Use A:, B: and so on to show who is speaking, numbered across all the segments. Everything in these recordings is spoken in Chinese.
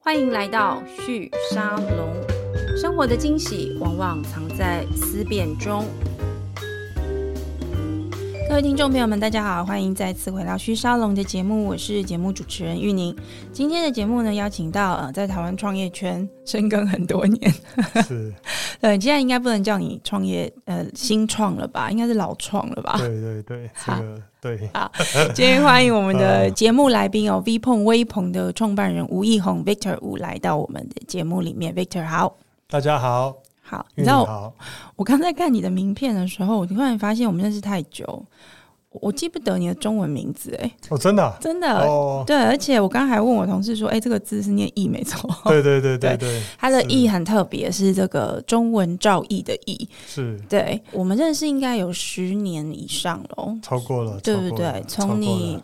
A: 欢迎来到旭沙龙。生活的惊喜往往藏在思辨中。各位听众朋友们，大家好，欢迎再次回到《虚沙龙》的节目，我是节目主持人玉宁。今天的节目呢，邀请到呃，在台湾创业圈深耕很多年，
B: 是，
A: 对，现在应该不能叫你创业呃新创了吧，应该是老创了 吧。
B: 对对对，这
A: 啊好
B: 个对，
A: 今天欢迎我们的节目来宾哦，V 碰微鹏的创办人吴义宏 Victor 吴来到我们的节目里面，Victor 好。
B: 大家好，
A: 好，你
B: 玉你
A: 知道我
B: 嗯好，
A: 我刚在看你的名片的时候，我突然发现我们认识太久，我我记不得你的中文名字，哎，
B: 哦，真的啊，
A: 真的，
B: 哦，
A: 对，而且我刚还问我同事说，哎、这个字是念“义”没错，
B: 对对对对对，
A: 它的“
B: 是
A: 义”很特别，是这个中文“照义”的“义
B: 是”。
A: 对
B: 哦
A: 我们认识应该有十年以上了，
B: 超过了，
A: 对
B: 超
A: 不
B: 过
A: 对
B: 了？超
A: 从
B: 过
A: 你
B: 了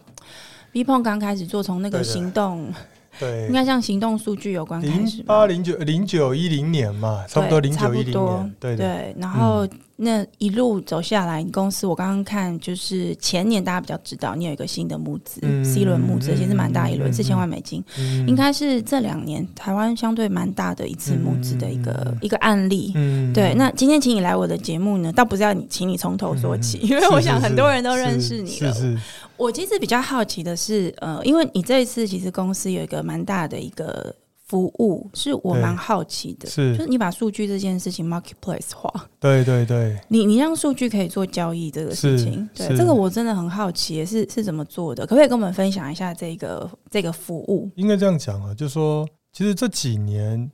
A: B 碰刚开始做，从那个
B: 对的
A: 行动，应
B: 对
A: 该像行动数据有关开始
B: 零
A: 吧
B: 八。零九零九一零年嘛，差不
A: 对
B: 多零
A: 差
B: 九
A: 不
B: 一零
A: 多
B: 年，对的，嗯
A: 对，然后那一路走下来，你公司我刚刚看，就是前年大家比较知道，你有一个新的募资、
B: 嗯
A: C 轮募资，
B: 嗯
A: 其实蛮大一轮，
B: 嗯
A: 四千万美金，
B: 嗯
A: 应该是这两年台湾相对蛮大的一次募资的一个、一个案例。
B: 嗯
A: 对，那今天请你来我的节目呢，倒不是要你，请你从头说起，因为
B: 是
A: 我
B: 是
A: 想很
B: 是
A: 多人都认
B: 是
A: 识你
B: 嗯是
A: 了。
B: 是，
A: 我其实比较好奇的是，呃，因为你这一次其实公司有一个蛮大的一个服务，是我
B: 对
A: 蛮好奇的，
B: 是
A: 就是你把数据这件事情 marketplace 化，
B: 对对对，
A: 你你让数据可以做交易这个事
B: 是
A: 情，对
B: 是
A: 这个我真的很好奇是是怎么做的，可不可以跟我们分享一下这个这个服务？
B: 应该这样讲啊，就说其实这几年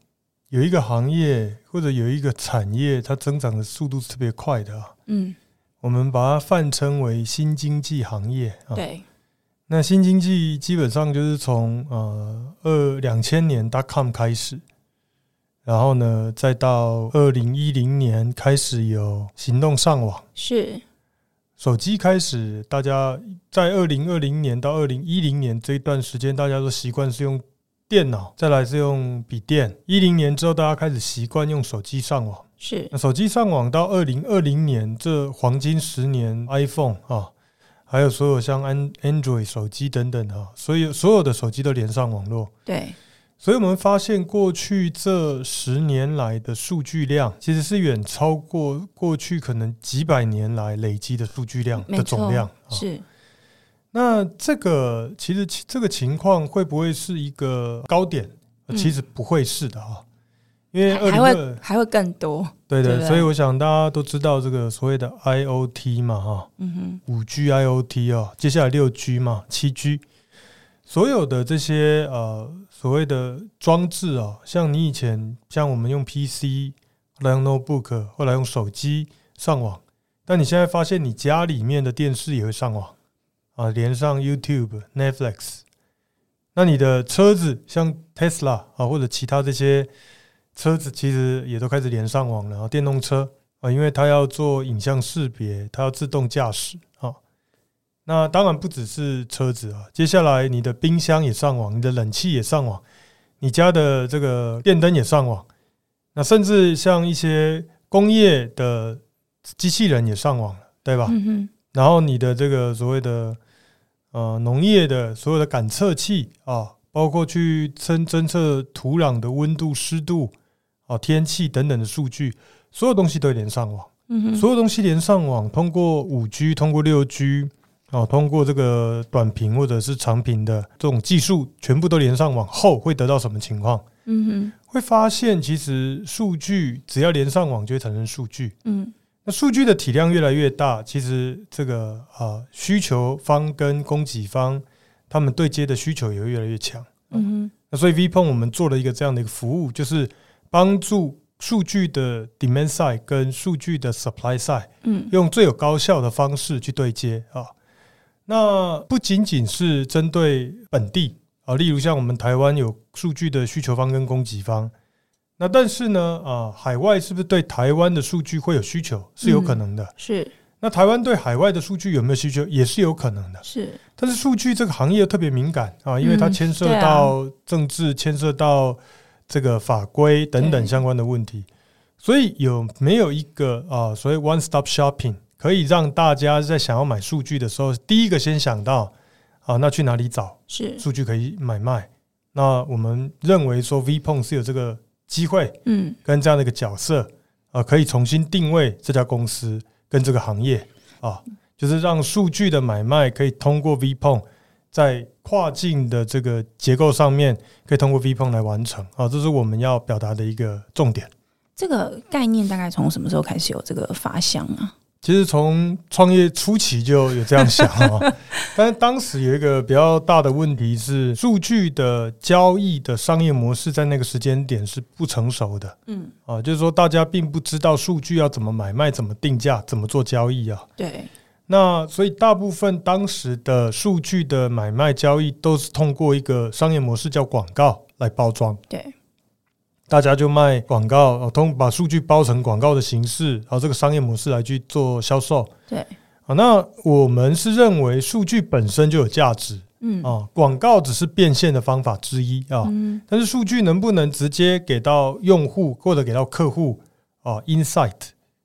B: 有一个行业或者有一个产业，它增长的速度是特别快的啊，
A: 嗯，
B: 我们把它泛称为新经济行业啊。
A: 对，
B: 那新经济基本上就是从呃二两千年 dot com 开始，然后呢，再到二零一零年开始有行动上网，
A: 是，
B: 手机开始，大家在二零二零年到二零一零年这一段时间，大家都习惯是用电脑，再来是用笔电。一零年之后，大家开始习惯用手机上网。
A: 是，
B: 那手机上网到二零二零年这黄金十年，iPhone 啊，还有所有像安 Android 手机等等啊，所以所有的手机都连上网络。
A: 对，
B: 所以我们发现，过去这十年来的数据量，其实是远超过过去可能几百年来累积的数据量
A: 没
B: 的总
A: 错
B: 量。啊
A: 是，
B: 那这个其实其这个情况会不会是一个高点？呃
A: 嗯
B: 其实不会是的啊，因为
A: 还还
B: 二零
A: 会
B: 二
A: 还会更多，
B: 对
A: 对
B: 的，
A: 不对
B: 所以我想大家都知道这个所谓的 IOT 嘛，哈，
A: 嗯哼，
B: 五 G IOT 哦，接下来六 G 嘛，七 G，所有的这些呃所谓的装置哦，像你以前像我们用 PC，后来用 notebook，后来用手机上网，但你现在发现你家里面的电视也会上网啊，连上 YouTube、Netflix，那你的车子像 Tesla 啊或者其他这些车子，其实也都开始连上网了啊，电动车啊，因为它要做影像识别，它要自动驾驶啊。那当然不只是车子啊，接下来你的冰箱也上网，你的冷气也上网，你家的这个电灯也上网，那甚至像一些工业的机器人也上网了，对吧？
A: 嗯哼，
B: 然后你的这个所谓的呃农业的所有的感测器啊，包括去侦侦测土壤的温度、湿度啊、天气等等的数据，所有东西都连上网，
A: 嗯哼，
B: 所有东西连上网，通过五 G、通过六 G 啊，通过这个短频或者是长频的这种技术，全部都连上网后，会得到什么情况？
A: 嗯哼，
B: 会发现其实数据只要连上网就会产生数据，
A: 嗯，
B: 那数据的体量越来越大，其实这个啊、呃需求方跟供给方他们对接的需求也会越来越强。
A: 嗯哼，
B: 那所以 VPON 我们做了一个这样的一个服务，就是帮助数据的 demand side 跟数据的 supply side
A: 嗯，
B: 用最有高效的方式去对接啊。那不仅仅是针对本地啊，例如像我们台湾有数据的需求方跟供给方，那但是呢啊，海外是不是对台湾的数据会有需求是有可能的？
A: 是
B: 那台湾对海外的数据有没有需求也是有可能的。
A: 是，
B: 但是数据这个行业特别敏感啊，因为它
A: 嗯
B: 牵涉
A: 对啊
B: 到政治、牵涉到这个法规等等
A: 对
B: 相关的问题，所以有没有一个啊，所谓 one stop shopping 可以让大家在想要买数据的时候，第一个先想到啊，那去哪里找
A: 是，
B: 数据可以买卖？那我们认为说 VPON 是有这个机会
A: 嗯，
B: 跟这样的一个角色啊、呃可以重新定位这家公司跟这个行业啊，就是让数据的买卖可以通过 VPON 在跨境的这个结构上面，可以通过 VPON 来完成啊，这是我们要表达的一个重点。
A: 这个概念大概从什么时候开始有这个发想啊？
B: 其实从创业初期就有这样想啊， 但是当时有一个比较大的问题是，数据的交易的商业模式在那个时间点是不成熟的
A: 嗯，
B: 啊，就是说大家并不知道数据要怎么买卖、怎么定价、怎么做交易啊。
A: 对，
B: 那所以大部分当时的数据的买卖交易都是通过一个商业模式叫广告来包装，
A: 对，
B: 大家就卖广告，哦通把数据包成广告的形式，然后这个商业模式来去做销售。
A: 对，
B: 啊，那我们是认为数据本身就有价值
A: 嗯，
B: 啊，广告只是变现的方法之一啊。
A: 嗯，
B: 但是数据能不能直接给到用户或者给到客户啊，insight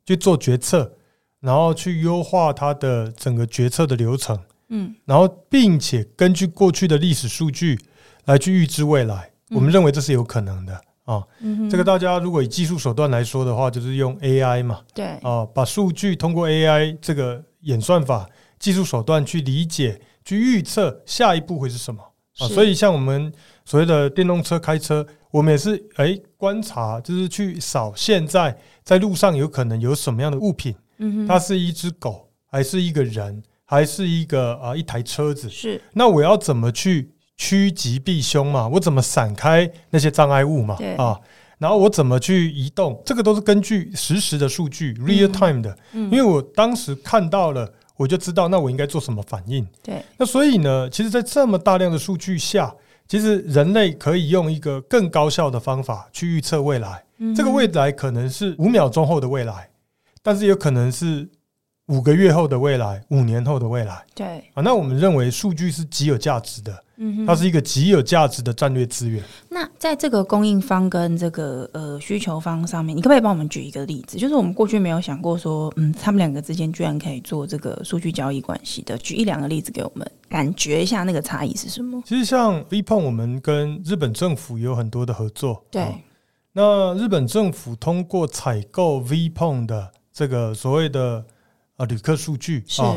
B: 去做决策，然后去优化它的整个决策的流程，
A: 嗯，
B: 然后并且根据过去的历史数据来去预知未来，我们
A: 嗯
B: 认为这是有可能的啊。
A: 嗯哼
B: 这个大家如果以技术手段来说的话，就是用 AI 嘛，
A: 对，
B: 啊，把数据通过 AI 这个演算法技术手段去理解、去预测下一步会是什么啊。
A: 是
B: 所以，像我们所谓的电动车开车，我们也是哎、观察，就是去扫现在在路上有可能有什么样的物品，
A: 嗯哼，
B: 它是一只狗，还是一个人，还是一个啊一台车子？
A: 是
B: 那我要怎么去趋吉避凶嘛？我怎么闪开那些障碍物嘛
A: 对？
B: 啊，然后我怎么去移动？这个都是根据实时的数据 （real time 的），
A: 嗯
B: 因为我当时看到了，我就知道那我应该做什么反应。
A: 对，
B: 那所以呢，其实，在这么大量的数据下，其实人类可以用一个更高效的方法去预测未来。这个未
A: 位
B: 来可能是五秒钟后的未来，但是有可能是五个月后的未来、五年后的未来。
A: 嗯对，
B: 啊，那我们认为数据是极有价值的，
A: 嗯哼，
B: 它是一个极有价值的战略资源。
A: 那在这个供应方跟这个呃需求方上面，你可不可以帮我们举一个例子？就是我们过去没有想过说，嗯，他们两个之间居然可以做这个数据交易关系的，举一两个例子给我们感觉一下那个差异是什么？
B: 其实像 VPON，我们跟日本政府也有很多的合作。
A: 对，
B: 啊那日本政府通过采购 VPON 的这个所谓的呃旅客数据
A: 是，
B: 啊，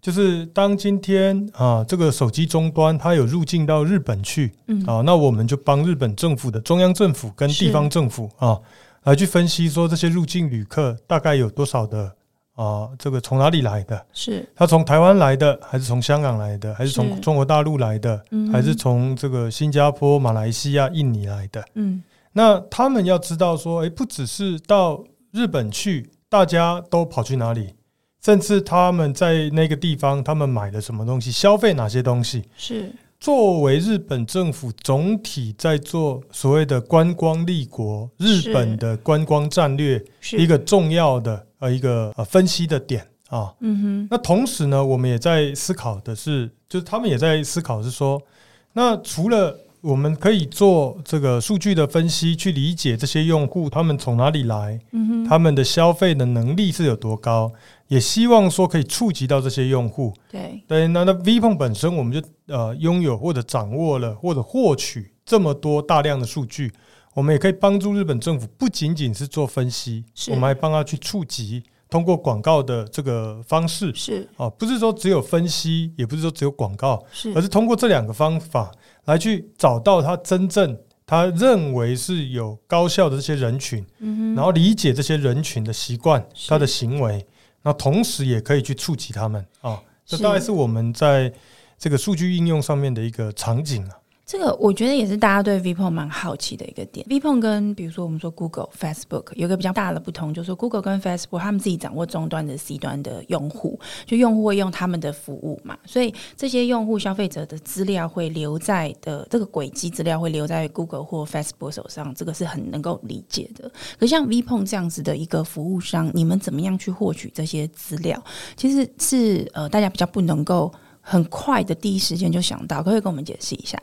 B: 就是当今天啊这个手机终端它有入境到日本去
A: 嗯，
B: 啊，那我们就帮日本政府的中央政府跟地
A: 是
B: 方政府啊来去分析说这些入境旅客大概有多少的啊这个从哪里来的。
A: 是，
B: 他从台湾来的，还是从香港来的，还是
A: 是
B: 从中国大陆来的，
A: 嗯哼
B: 还是从这个新加坡、马来西亚、印尼来的？
A: 嗯，
B: 那他们要知道说，诶，不只是到日本去，大家都跑去哪里，甚至他们在那个地方他们买了什么东西，消费哪些东西。
A: 是，
B: 作为日本政府总体在做所谓的观光立国，
A: 是
B: 日本的观光战略
A: 是
B: 一，个重要的呃一个呃分析的点啊。
A: 嗯哼，
B: 那同时呢，我们也在思考的是，就是他们也在思考是说，那除了我们可以做这个数据的分析，去理解这些用户他们从哪里来，
A: 嗯哼，
B: 他们的消费的能力是有多高，也希望说可以触及到这些用户。
A: 对，
B: 对，那那 VPON 本身我们就呃拥有或者掌握了或者获取这么多大量的数据，我们也可以帮助日本政府不仅仅是做分析，
A: 是
B: 我们还帮他去触及，通过广告的这个方式。
A: 是，
B: 啊，不是说只有分析，也不是说只有广告，
A: 是
B: 而，是通过这两个方法来去找到他真正他认为是有高效的这些人群，
A: 嗯
B: 然
A: 哼，
B: 后理解这些人群的习惯、
A: 是
B: 他的行为，那同时也可以去触及他们啊。这
A: 是
B: 大概是我们在这个数据应用上面的一个场景啊。
A: 这个我觉得也是大家对 VPN 蛮好奇的一个点。VPN 跟比如说我们说 Google、Facebook 有一个比较大的不同，就是说 Google 跟 Facebook 他们自己掌握终端的 C 端的用户，就用户会用他们的服务嘛，所以这些用户消费者的资料会留在的这个轨迹资料会留在 Google 或 Facebook 手上，这个是很能够理解的。可像 VPN 这样子的一个服务商，你们怎么样去获取这些资料？其实是呃大家比较不能够很快的第一时间就想到，可不可以跟我们解释一下？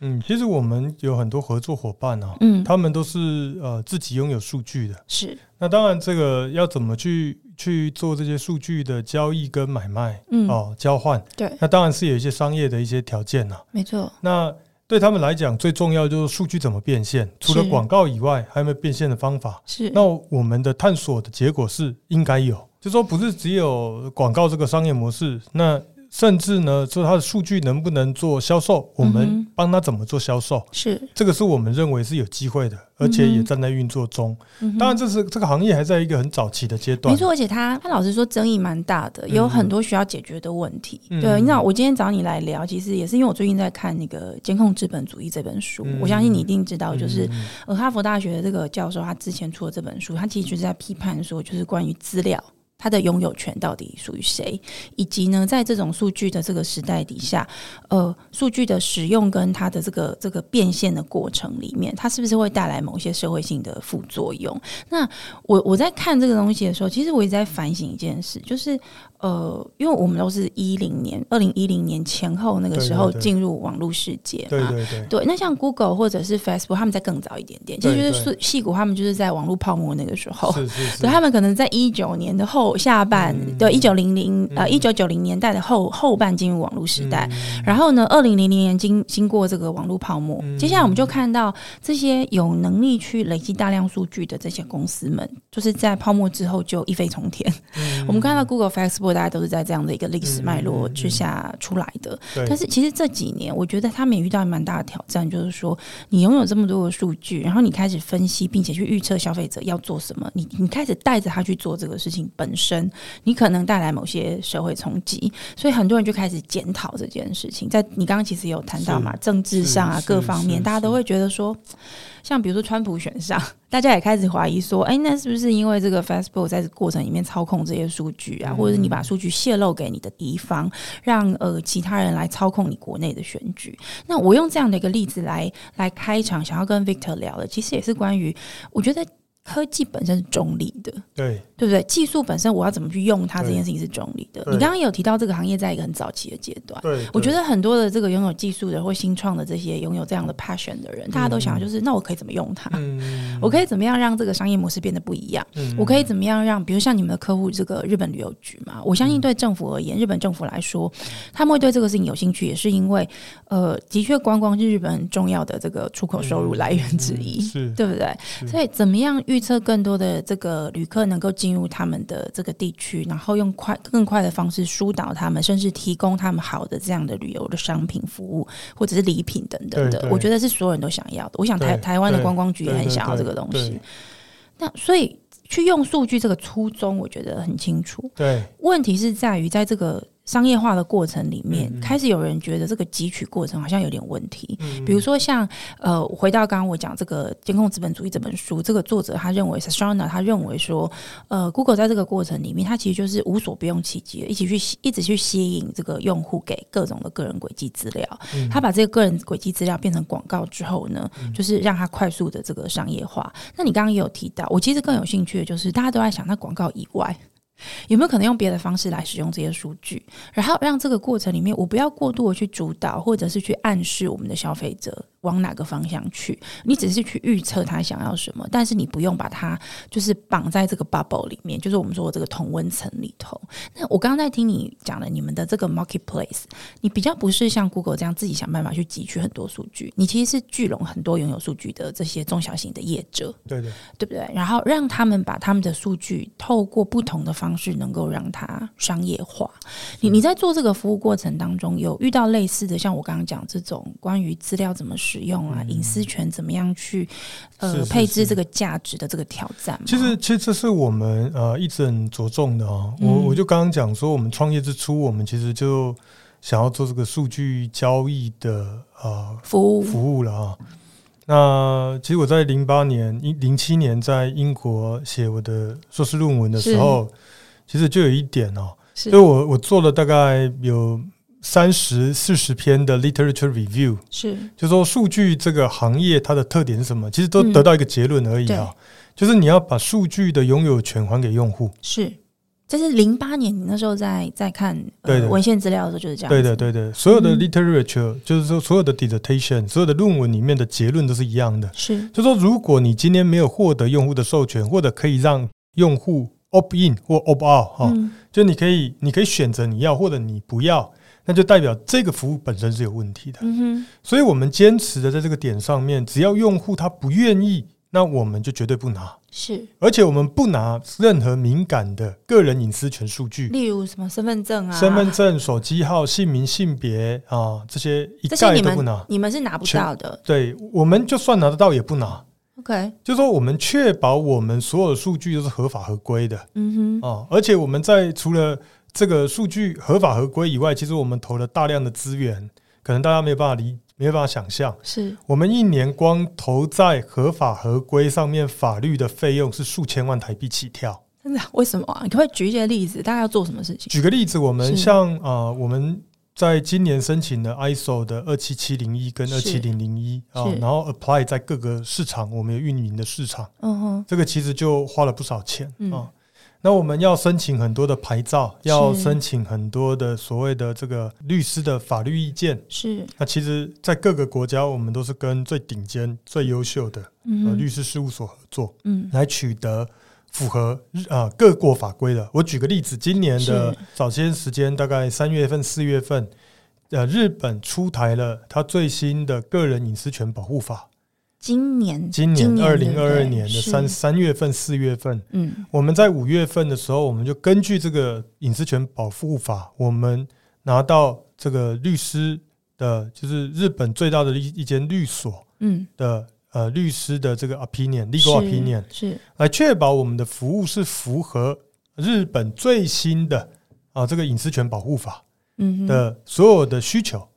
B: 嗯，其实我们有很多合作伙伴啊，
A: 嗯，
B: 他们都是呃自己拥有数据的。
A: 是，
B: 那当然，这个要怎么去去做这些数据的交易跟买卖？
A: 嗯，
B: 哦交换，
A: 对，
B: 那当然是有一些商业的一些条件啦、啊
A: 没错，
B: 那对他们来讲，最重要就是数据怎么变现。除了
A: 是
B: 广告以外，还有没有变现的方法？
A: 是
B: 那我们的探索的结果是应该有，就说不是只有广告这个商业模式，那甚至呢，说它的数据能不能做销售，我
A: 嗯
B: 们
A: 哼
B: 帮他怎么做销售，
A: 是，
B: 这个是我们认为是有机会的，而且也正在运作中。
A: 嗯哼
B: 当然，这是这个行业还在一个很早期的阶段
A: 没。错，而且他他老实说争议蛮大的，也有很多需要解决的问题。
B: 嗯
A: 对，你知道我今天找你来聊，其实也是因为我最近在看那个《监控资本主义》这本书，
B: 嗯
A: 我相信你一定知道，
B: 嗯
A: 就是呃哈佛大学的这个教授他之前出了这本书，他其实就是在批判说，就是关于资料。它的拥有权到底属于谁？以及呢，在这种数据的这个时代底下，呃，数据的使用跟它的这个这个变现的过程里面，它是不是会带来某些社会性的副作用？我我在看这个东西的时候，其实我一直在反省一件事，就是呃，因为我们都是一零年、二零一零年前后那个时候
B: 对对对
A: 进入网络世界嘛，
B: 对对对，
A: 对，那像 Google 或者是 Facebook，他们在更早一点点，其实
B: 对
A: 就
B: 对
A: 是戏股他们就是在网络泡沫那个时候。
B: 是是 是
A: 对，，他们可能在一九年的后下半，
B: 嗯
A: 对一九零零呃
B: 嗯
A: 一九九零年代的后后半进入网络时代，
B: 嗯
A: 然后呢，二零零零年经经过这个网络泡沫，
B: 嗯
A: 接下来我们就看到这些有能力去累积大量数据的这些公司们，就是在泡沫之后就一飞冲天。
B: 嗯
A: 我们看到 Google、Facebook，大家都是在这样的一个历史脉
B: 嗯
A: 络之下出来的。
B: 对
A: 但是其实这几年，我觉得他们也遇到蛮大的挑战，就是说你拥有这么多的数据，然后你开始分析，并且去预测消费者要做什么，你你开始带着他去做这个事情本身，你可能带来某些社会冲击，所以很多人就开始检讨这件事情。在你刚刚其实也有谈到嘛，
B: 是
A: 政治上啊
B: 是
A: 各方面，
B: 是
A: 大家都
B: 是
A: 会觉得说，像比如说川普选上，大家也开始怀疑说，哎，那是不是因为这个 Facebook 在过程里面操控这些数据啊，或者是你把
B: 嗯
A: 数据泄露给你的敌方，让呃其他人来操控你国内的选举？那我用这样的一个例子来来开场，想要跟 Victor 聊的，其实也是关于我觉得科技本身是中立的，
B: 对
A: 对不对？技术本身我要怎么去用它这
B: 对
A: 件事情是中立的。
B: 对
A: 你刚刚有提到这个行业在一个很早期的阶段，
B: 对，
A: 我觉
B: 对
A: 得很多的这个拥有技术的或新创的这些拥有这样的 passion 的人，大家都想就是那我可以怎么用它？
B: 嗯
A: 我可以怎么样让这个商业模式变得不一样？
B: 嗯
A: 我可以怎么样让，比如像你们的客户这个日本旅游局嘛，我
B: 嗯
A: 相信对政府而言，日本政府来说，他们会对这个事情有兴趣，也是因为呃，的确观光是日本很重要的这个出口收
B: 嗯
A: 入来源之一。
B: 是
A: 对不对？
B: 是
A: 所以怎么样预测更多的这个旅客能够进入他们的这个地区，然后用快更快的方式疏导他们，甚至提供他们好的这样的旅游的商品、服务或者是礼品等等
B: 对
A: 的
B: 对，
A: 我觉得是所有人都想要的。我想台
B: 对
A: 台湾的
B: 对
A: 观光局也
B: 对
A: 很
B: 对
A: 想要这
B: 对
A: 个东西
B: 对。
A: 那所以去用数据这个初衷，我觉得很清楚。
B: 对
A: 问题是在于在这个商业化的过程里面，
B: 嗯嗯
A: 开始有人觉得这个汲取过程好像有点问题。
B: 嗯
A: 比如说像呃，回到刚刚我讲这个《监控资本主义》这本书，这个作者他认为 Sashana 他认为说，呃，Google 在这个过程里面，它其实就是无所不用其极的，一起去吸一直去吸引这个用户给各种的个人轨迹资料。
B: 嗯
A: 他把这个个人轨迹资料变成广告之后呢，就是让它快速的这个商业化。那你刚刚也有提到，我其实更有兴趣的就是大家都在想，那广告以外。有没有可能用别的方式来使用这些数据，然后让这个过程里面，我不要过度的去主导，或者是去暗示我们的消费者往哪个方向去。你只是去预测他想要什么，但是你不用把它就是绑在这个 bubble 里面，就是我们说的这个同温层里头。那我刚刚在听你讲了你们的这个 marketplace，你比较不是像 Google 这样自己想办法去汲取很多数据，你其实是聚拢很多拥有数据的这些中小型的业者，
B: 对对
A: 对不对？然后让他们把他们的数据透过不同的方式，能够让它商业化。你
B: 嗯
A: 你在做这个服务过程当中，有遇到类似的，像我刚刚讲这种关于资料怎么使用啊、隐私权怎么样去呃
B: 嗯是是
A: 配置
B: 是
A: 这个价值的这个挑战吗？
B: 其实，其实这是我们呃一直很着重的哦。我、
A: 嗯
B: 我就刚刚讲说，我们创业之初，我们其实就想要做这个数据交易的呃
A: 服务
B: 服务了啊、那其实我在零八年、一零七年在英国写我的硕士论文的时候，其实就有一点哦，
A: 是
B: 所以我我做了大概有三十四十篇的 literature review，
A: 是
B: 就说数据这个行业它的特点是什么，其实都
A: 嗯
B: 得到一个结论而已啊，就是你要把数据的拥有权还给用户。
A: 是，这是零八年你那时候在在看
B: 对
A: 呃、
B: 的
A: 文献资料的时候就是这样子，
B: 对的，对的，所有的
A: 嗯
B: literature、就是说所有的 dissertation，所有的论文里面的结论都是一样的，
A: 是
B: 就说如果你今天没有获得用户的授权，或者可以让用户 opt in 或 opt out 哈、
A: 嗯
B: 就你可以你可以选择你要或者你不要。那就代表这个服务本身是有问题的。
A: 嗯
B: 所以我们坚持的在这个点上面，只要用户他不愿意，那我们就绝对不拿
A: 哼，，是，
B: 而且我们不拿任何敏感的个人隐私权数据。
A: 例如什么嗯身份证啊，
B: 身份证、手机号、姓名、性别啊，这些一
A: 这些
B: 概
A: 你
B: 都不
A: 们
B: 拿。
A: 你们是拿不
B: 全
A: 到的。
B: 对我们就算拿得到也不拿，
A: OK，
B: 就说我们确保我们所有的数据都是合法合规的
A: 嗯哼，
B: 啊，而且我们在除了这个数据合法合规以外，其实我们投了大量的资源，可能大家没有办法理，没有办法想象，
A: 是
B: 我们一年光投在合法合规上面法律的费用是数千万台币起跳。
A: 真的？为什么啊？你可不可以举一些例子？大概要做什么事情？
B: 举个例子，我们
A: 是
B: 像啊、呃我们在今年申请了 ISO 的二七七零一跟二七
A: 是
B: 零零一啊
A: 是，
B: 然后 apply 在各个市场，我们有运营的市场，
A: 嗯哼，
B: 这个其实就花了不少钱啊、
A: 嗯
B: 那我们要申请很多的牌照，
A: 是
B: 要申请很多的所谓的这个律师的法律意见。
A: 是，
B: 那其实，在各个国家，我们都是跟最顶尖、最优秀的
A: 嗯
B: 呃
A: 哼，
B: 律师事务所合作，
A: 嗯，
B: 来取得符合啊各国法规的。我举个例子，今年的
A: 是
B: 早些时间，大概三月份、四月份，呃，日本出台了它最新的个人隐私权保护法。
A: 今年，
B: 今年二
A: 对
B: 零
A: 不
B: 二二
A: 对
B: 年的
A: 是
B: 三三月份、四月份，
A: 嗯，
B: 我们在五月份的时候，我们就根据这个隐私权保护法，我们拿到这个律师的，就是日本最大的一一间律所
A: 嗯，
B: 的呃律师的这个 opinion legal
A: 是
B: opinion，
A: 是
B: 来确保我们的服务是符合日本最新的啊这个隐私权保护法
A: 嗯哼，
B: 的所有的需求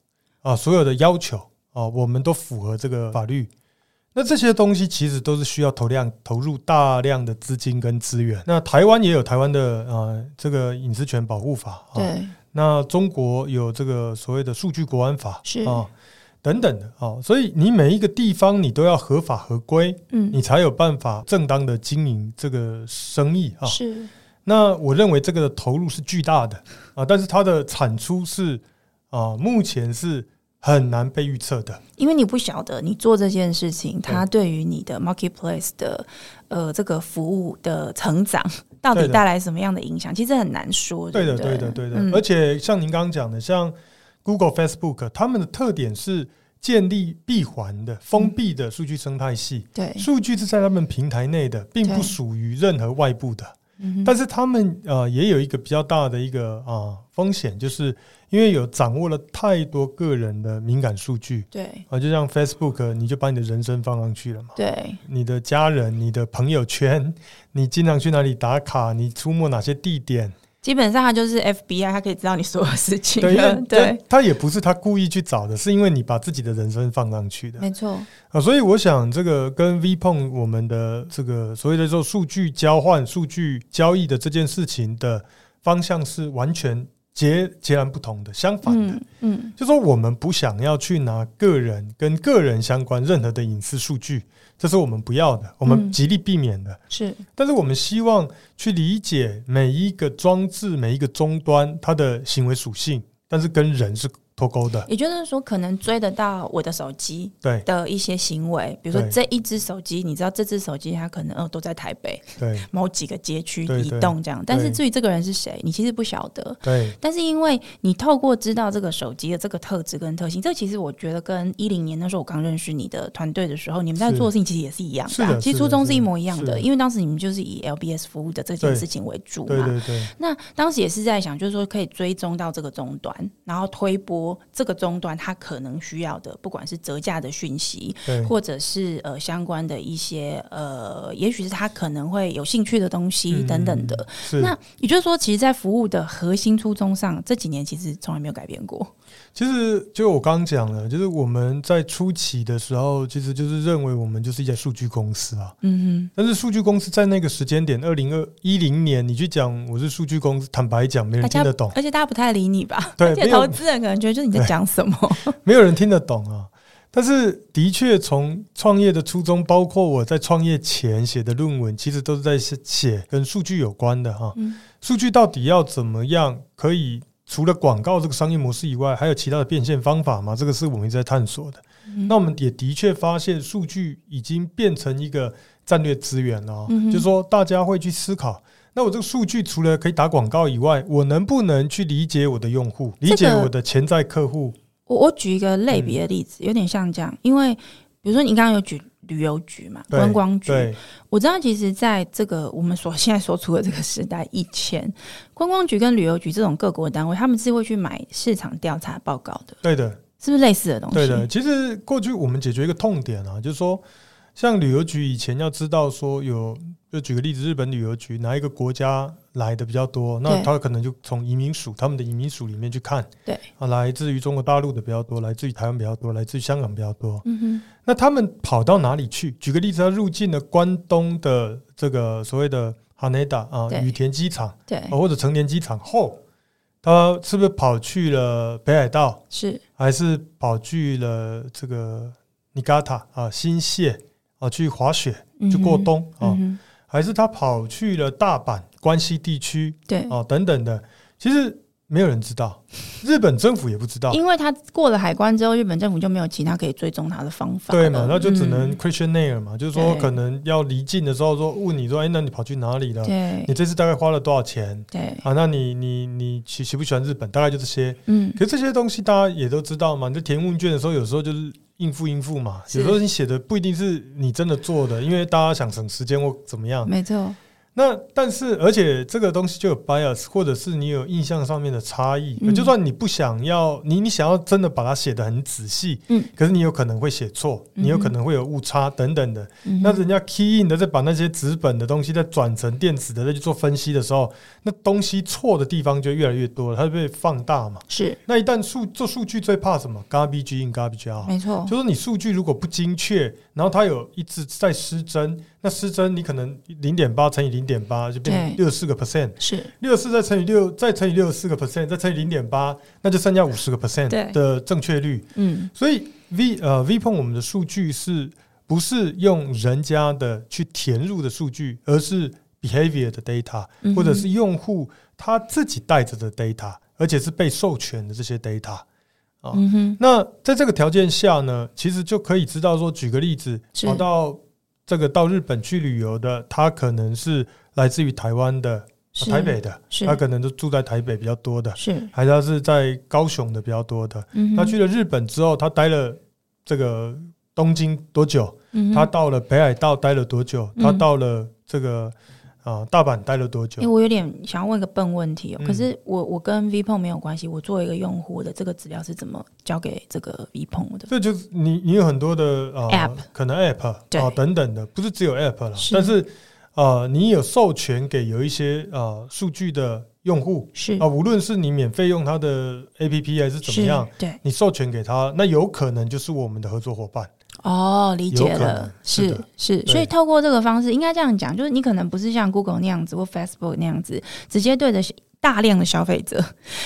B: 啊，所有的要求啊，我们都符合这个法律。那这些东西其实都是需要投量投入大量的资金跟资源。那台湾也有台湾的呃这个隐私权保护法啊，
A: 对，
B: 那中国有这个所谓的数据国安法
A: 是
B: 啊等等的啊，所以你每一个地方你都要合法合规，
A: 嗯，
B: 你才有办法正当的经营这个生意啊。
A: 是
B: 那我认为这个的投入是巨大的啊，但是它的产出是啊，目前是很难被预测的。
A: 因为你不晓得你做这件事情，它对于你的 marketplace 的呃这个服务的成 长到底
B: 对的
A: 带来什么样的影响，其实很难说。
B: 对的，
A: 不
B: 对的，对的。
A: 嗯
B: 而且像您刚刚讲的，像 Google、Facebook，他们的特点是建立闭环的、封闭的数据生态系，
A: 嗯对，
B: 数据是在他们平台内的，并不
A: 对
B: 属于任何外部的。
A: 嗯哼
B: 但是他们呃也有一个比较大的一个啊、风险，就是因为有掌握了太多个人的敏感数据
A: 对
B: 啊、就像 Facebook，你就把你的人生放上去了嘛，
A: 对
B: 你的家人、你的朋友圈，你经常去哪里打卡，你出没哪些地点，
A: 基本上它就是 FBI，它可以知道你所有事情
B: 对，因
A: 了
B: 为。
A: 对，
B: 他他也不是他故意去找的，是因为你把自己的人生放上去的啊、
A: 没错，
B: 所以我想这个跟 V 碰我们的这个所谓的说数据交换、数据交易的这件事情的方向是完全截截然不同的，相反的，
A: 嗯嗯，
B: 就说我们不想要去拿个人跟个人相关任何的隐私数据，这是我们不要的，我们
A: 嗯
B: 极力避免的。
A: 是
B: 但是我们希望去理解每一个装置、每一个终端它的行为属性，但是跟人是脱钩的。
A: 也就是说，可能追得到我的手机
B: 对
A: 的一些行为，比如说
B: 对
A: 这一只手机，你知道这只手机它可能呃都在台北
B: 对
A: 某几个街区
B: 对
A: 移
B: 对
A: 动这样，但是
B: 对
A: 至于这个人是谁，你其实不晓得。
B: 对
A: 但是因为你透过知道这个手机的这个特质跟特性，这其实我觉得跟一零年那时候我刚认识你的团队的时候，你们在
B: 是
A: 做的事情其实也是一样
B: 是
A: 啊
B: 的
A: 其实
B: 是的
A: 初衷
B: 是
A: 是
B: 的
A: 一模一样的，
B: 是
A: 因为当时你们就是以 LBS 服务的这件
B: 对
A: 事情为主嘛。
B: 对对对，
A: 那当时也是在想，就是说可以追踪到这个终端，然后推播这个终端它可能需要的，不管是折价的讯息，
B: 对
A: 或者是呃相关的一些呃，也许是他可能会有兴趣的东
B: 嗯
A: 西等等的。
B: 是。
A: 那也就是说，其实，在服务的核心初衷上，这几年其实从来没有改变过。
B: 其实就我刚刚讲了，就是我们在初期的时候，其实就是认为我们就是一家数据公司啊。
A: 嗯
B: 但是数据公司在那个时间点，二零二一零年，你去讲我是数据公司，坦白讲，没人
A: 大家
B: 听得懂
A: 哼，，而且大家不太理你吧？
B: 对
A: 而且
B: 没有
A: 投资人可能觉得就是你在讲什么？
B: 没有人听得懂啊。但是的确，从创业的初衷，包括我在创业前写的论文，其实都是在写写跟数据有关的哈。
A: 嗯
B: 数据到底要怎么样可以？除了广告这个商业模式以外，还有其他的变现方法吗？这个是我们一直在探索的。
A: 嗯
B: 那我们也的确发现，数据已经变成一个战略资源了、哦。
A: 嗯哼
B: 就是说，大家会去思考，那我这个数据除了可以打广告以外，我能不能去理解我的用户，理解
A: 这个
B: 我的潜在客户？
A: 我我举一个类别的例子，
B: 嗯
A: 有点像这样，因为比如说你刚刚有举旅游局嘛，
B: 对
A: 观光局，
B: 对，
A: 我知道，其实在这个我们所现在所处的这个时代以前，观光局跟旅游局这种各国单位，他们是会去买市场调查报告的，
B: 对的，
A: 是哦不是类似的东西？
B: 对的。其实过去我们解决一个痛点啊，就是说，像旅游局以前要知道说有，就举个例子，日本旅游局哪一个国家来的比较多，那
A: 对
B: 他可能就从移民署他们的移民署里面去看，
A: 对
B: 啊，来自于中国大陆的比较多，来自于台湾比较多，来自于香港比较多。
A: 嗯哼，
B: 那他们跑到哪里去？举个例子，他入境了关东的这个所谓的 Haneda 啊、
A: 对
B: 羽田机场、
A: 对，
B: 啊或者成田机场后，他是不是跑去了北海道，
A: 是
B: 还是跑去了这个尼加塔啊新泻啊去滑雪去过冬啊、
A: 嗯哼
B: 还是他跑去了大阪关西地区
A: 对，
B: 啊等等的？其实没有人 知道，日本政府也不知道。
A: 因为他过了海关之后，日本政府就没有其他可以追踪他的方法了，
B: 对嘛，那就只能
A: 嗯
B: question nail 嘛，就是说
A: 对
B: 可能要离境的时候说问你说，哎，那你跑去哪里了？你
A: 对
B: 这次大概花了多少钱
A: 对，
B: 啊？那你你你喜喜不喜欢日本？大概就这些。
A: 嗯
B: 可是这些东西大家也都知道嘛，你在填问卷的时候，有时候就是应付应付嘛，
A: 是
B: 有时候你写的不一定是你真的做的，因为大家想省时间或怎么样。
A: 没错，
B: 那但是而且这个东西就有 bias，或者是你有印象上面的差异。
A: 嗯
B: 就算你不想要，你你想要真的把它写的很仔细，
A: 嗯
B: 可是你有可能会写错，
A: 嗯哼
B: 你有可能会有误差等等的。
A: 嗯哼
B: 那人家 key in 的再把那些纸本的东西再转成电子的再去做分析的时候，那东西错的地方就越来越多了，它就被放大嘛。
A: 是
B: 那一旦数做数据最怕什么？garbage in garbage out，
A: 没错，
B: 就是你数据如果不精确，然后它有一直在失真，那失真你可能零点八乘以零点八就变成
A: 对
B: 六四个 percent，
A: 是
B: 六四再乘以六，再乘以六四个 percent，再乘以零点八，那就剩下五十个 percent
A: 对
B: 的正确率。
A: 嗯
B: 所以 V 呃 V 碰我们的数据是不是用人家的去填入的数据，而是 behavior 的 data，
A: 嗯哼
B: 或者是用户他自己带着的 data，而且是被授权的这些 data。啊
A: 嗯哼
B: 那在这个条件下呢，其实就可以知道说，举个例子，
A: 是
B: 跑到这个到日本去旅游的，他可能是来自于台湾的、啊
A: 是
B: 台北的，
A: 是
B: 他可能就住在台北比较多的，
A: 是
B: 还是他是在高雄的比较多的。
A: 嗯哼
B: 他去了日本之后，他待了这个东京多久？
A: 嗯哼
B: 他到了北海道待了多久？
A: 嗯
B: 他到了这个啊、大阪待了多久
A: 因为？我有点想要问一个笨问题哦，
B: 嗯
A: 可是我我跟 V p o n 没有关系，我作为一个用户，我的这个资料是怎么交给这个 V p o n 的？
B: 这就是你你有很多的啊、
A: App
B: 可能 App 啊、
A: 对
B: 等等的，不是只有 App 了，
A: 是
B: 但是呃，你有授权给有一些呃数据的用户
A: 是
B: 啊、无论是你免费用他的 APP 还是怎
A: 是
B: 么样，？
A: 对，
B: 你授权给他，那有可能就是我们的合作伙伴。
A: 哦，理解
B: 有可能
A: 了，
B: 是
A: 是
B: 的
A: 是，
B: 对
A: 所以透过这个方式，应该这样讲，就是你可能不是像 Google 那样子或 Facebook 那样子，直接对着大量的消费者，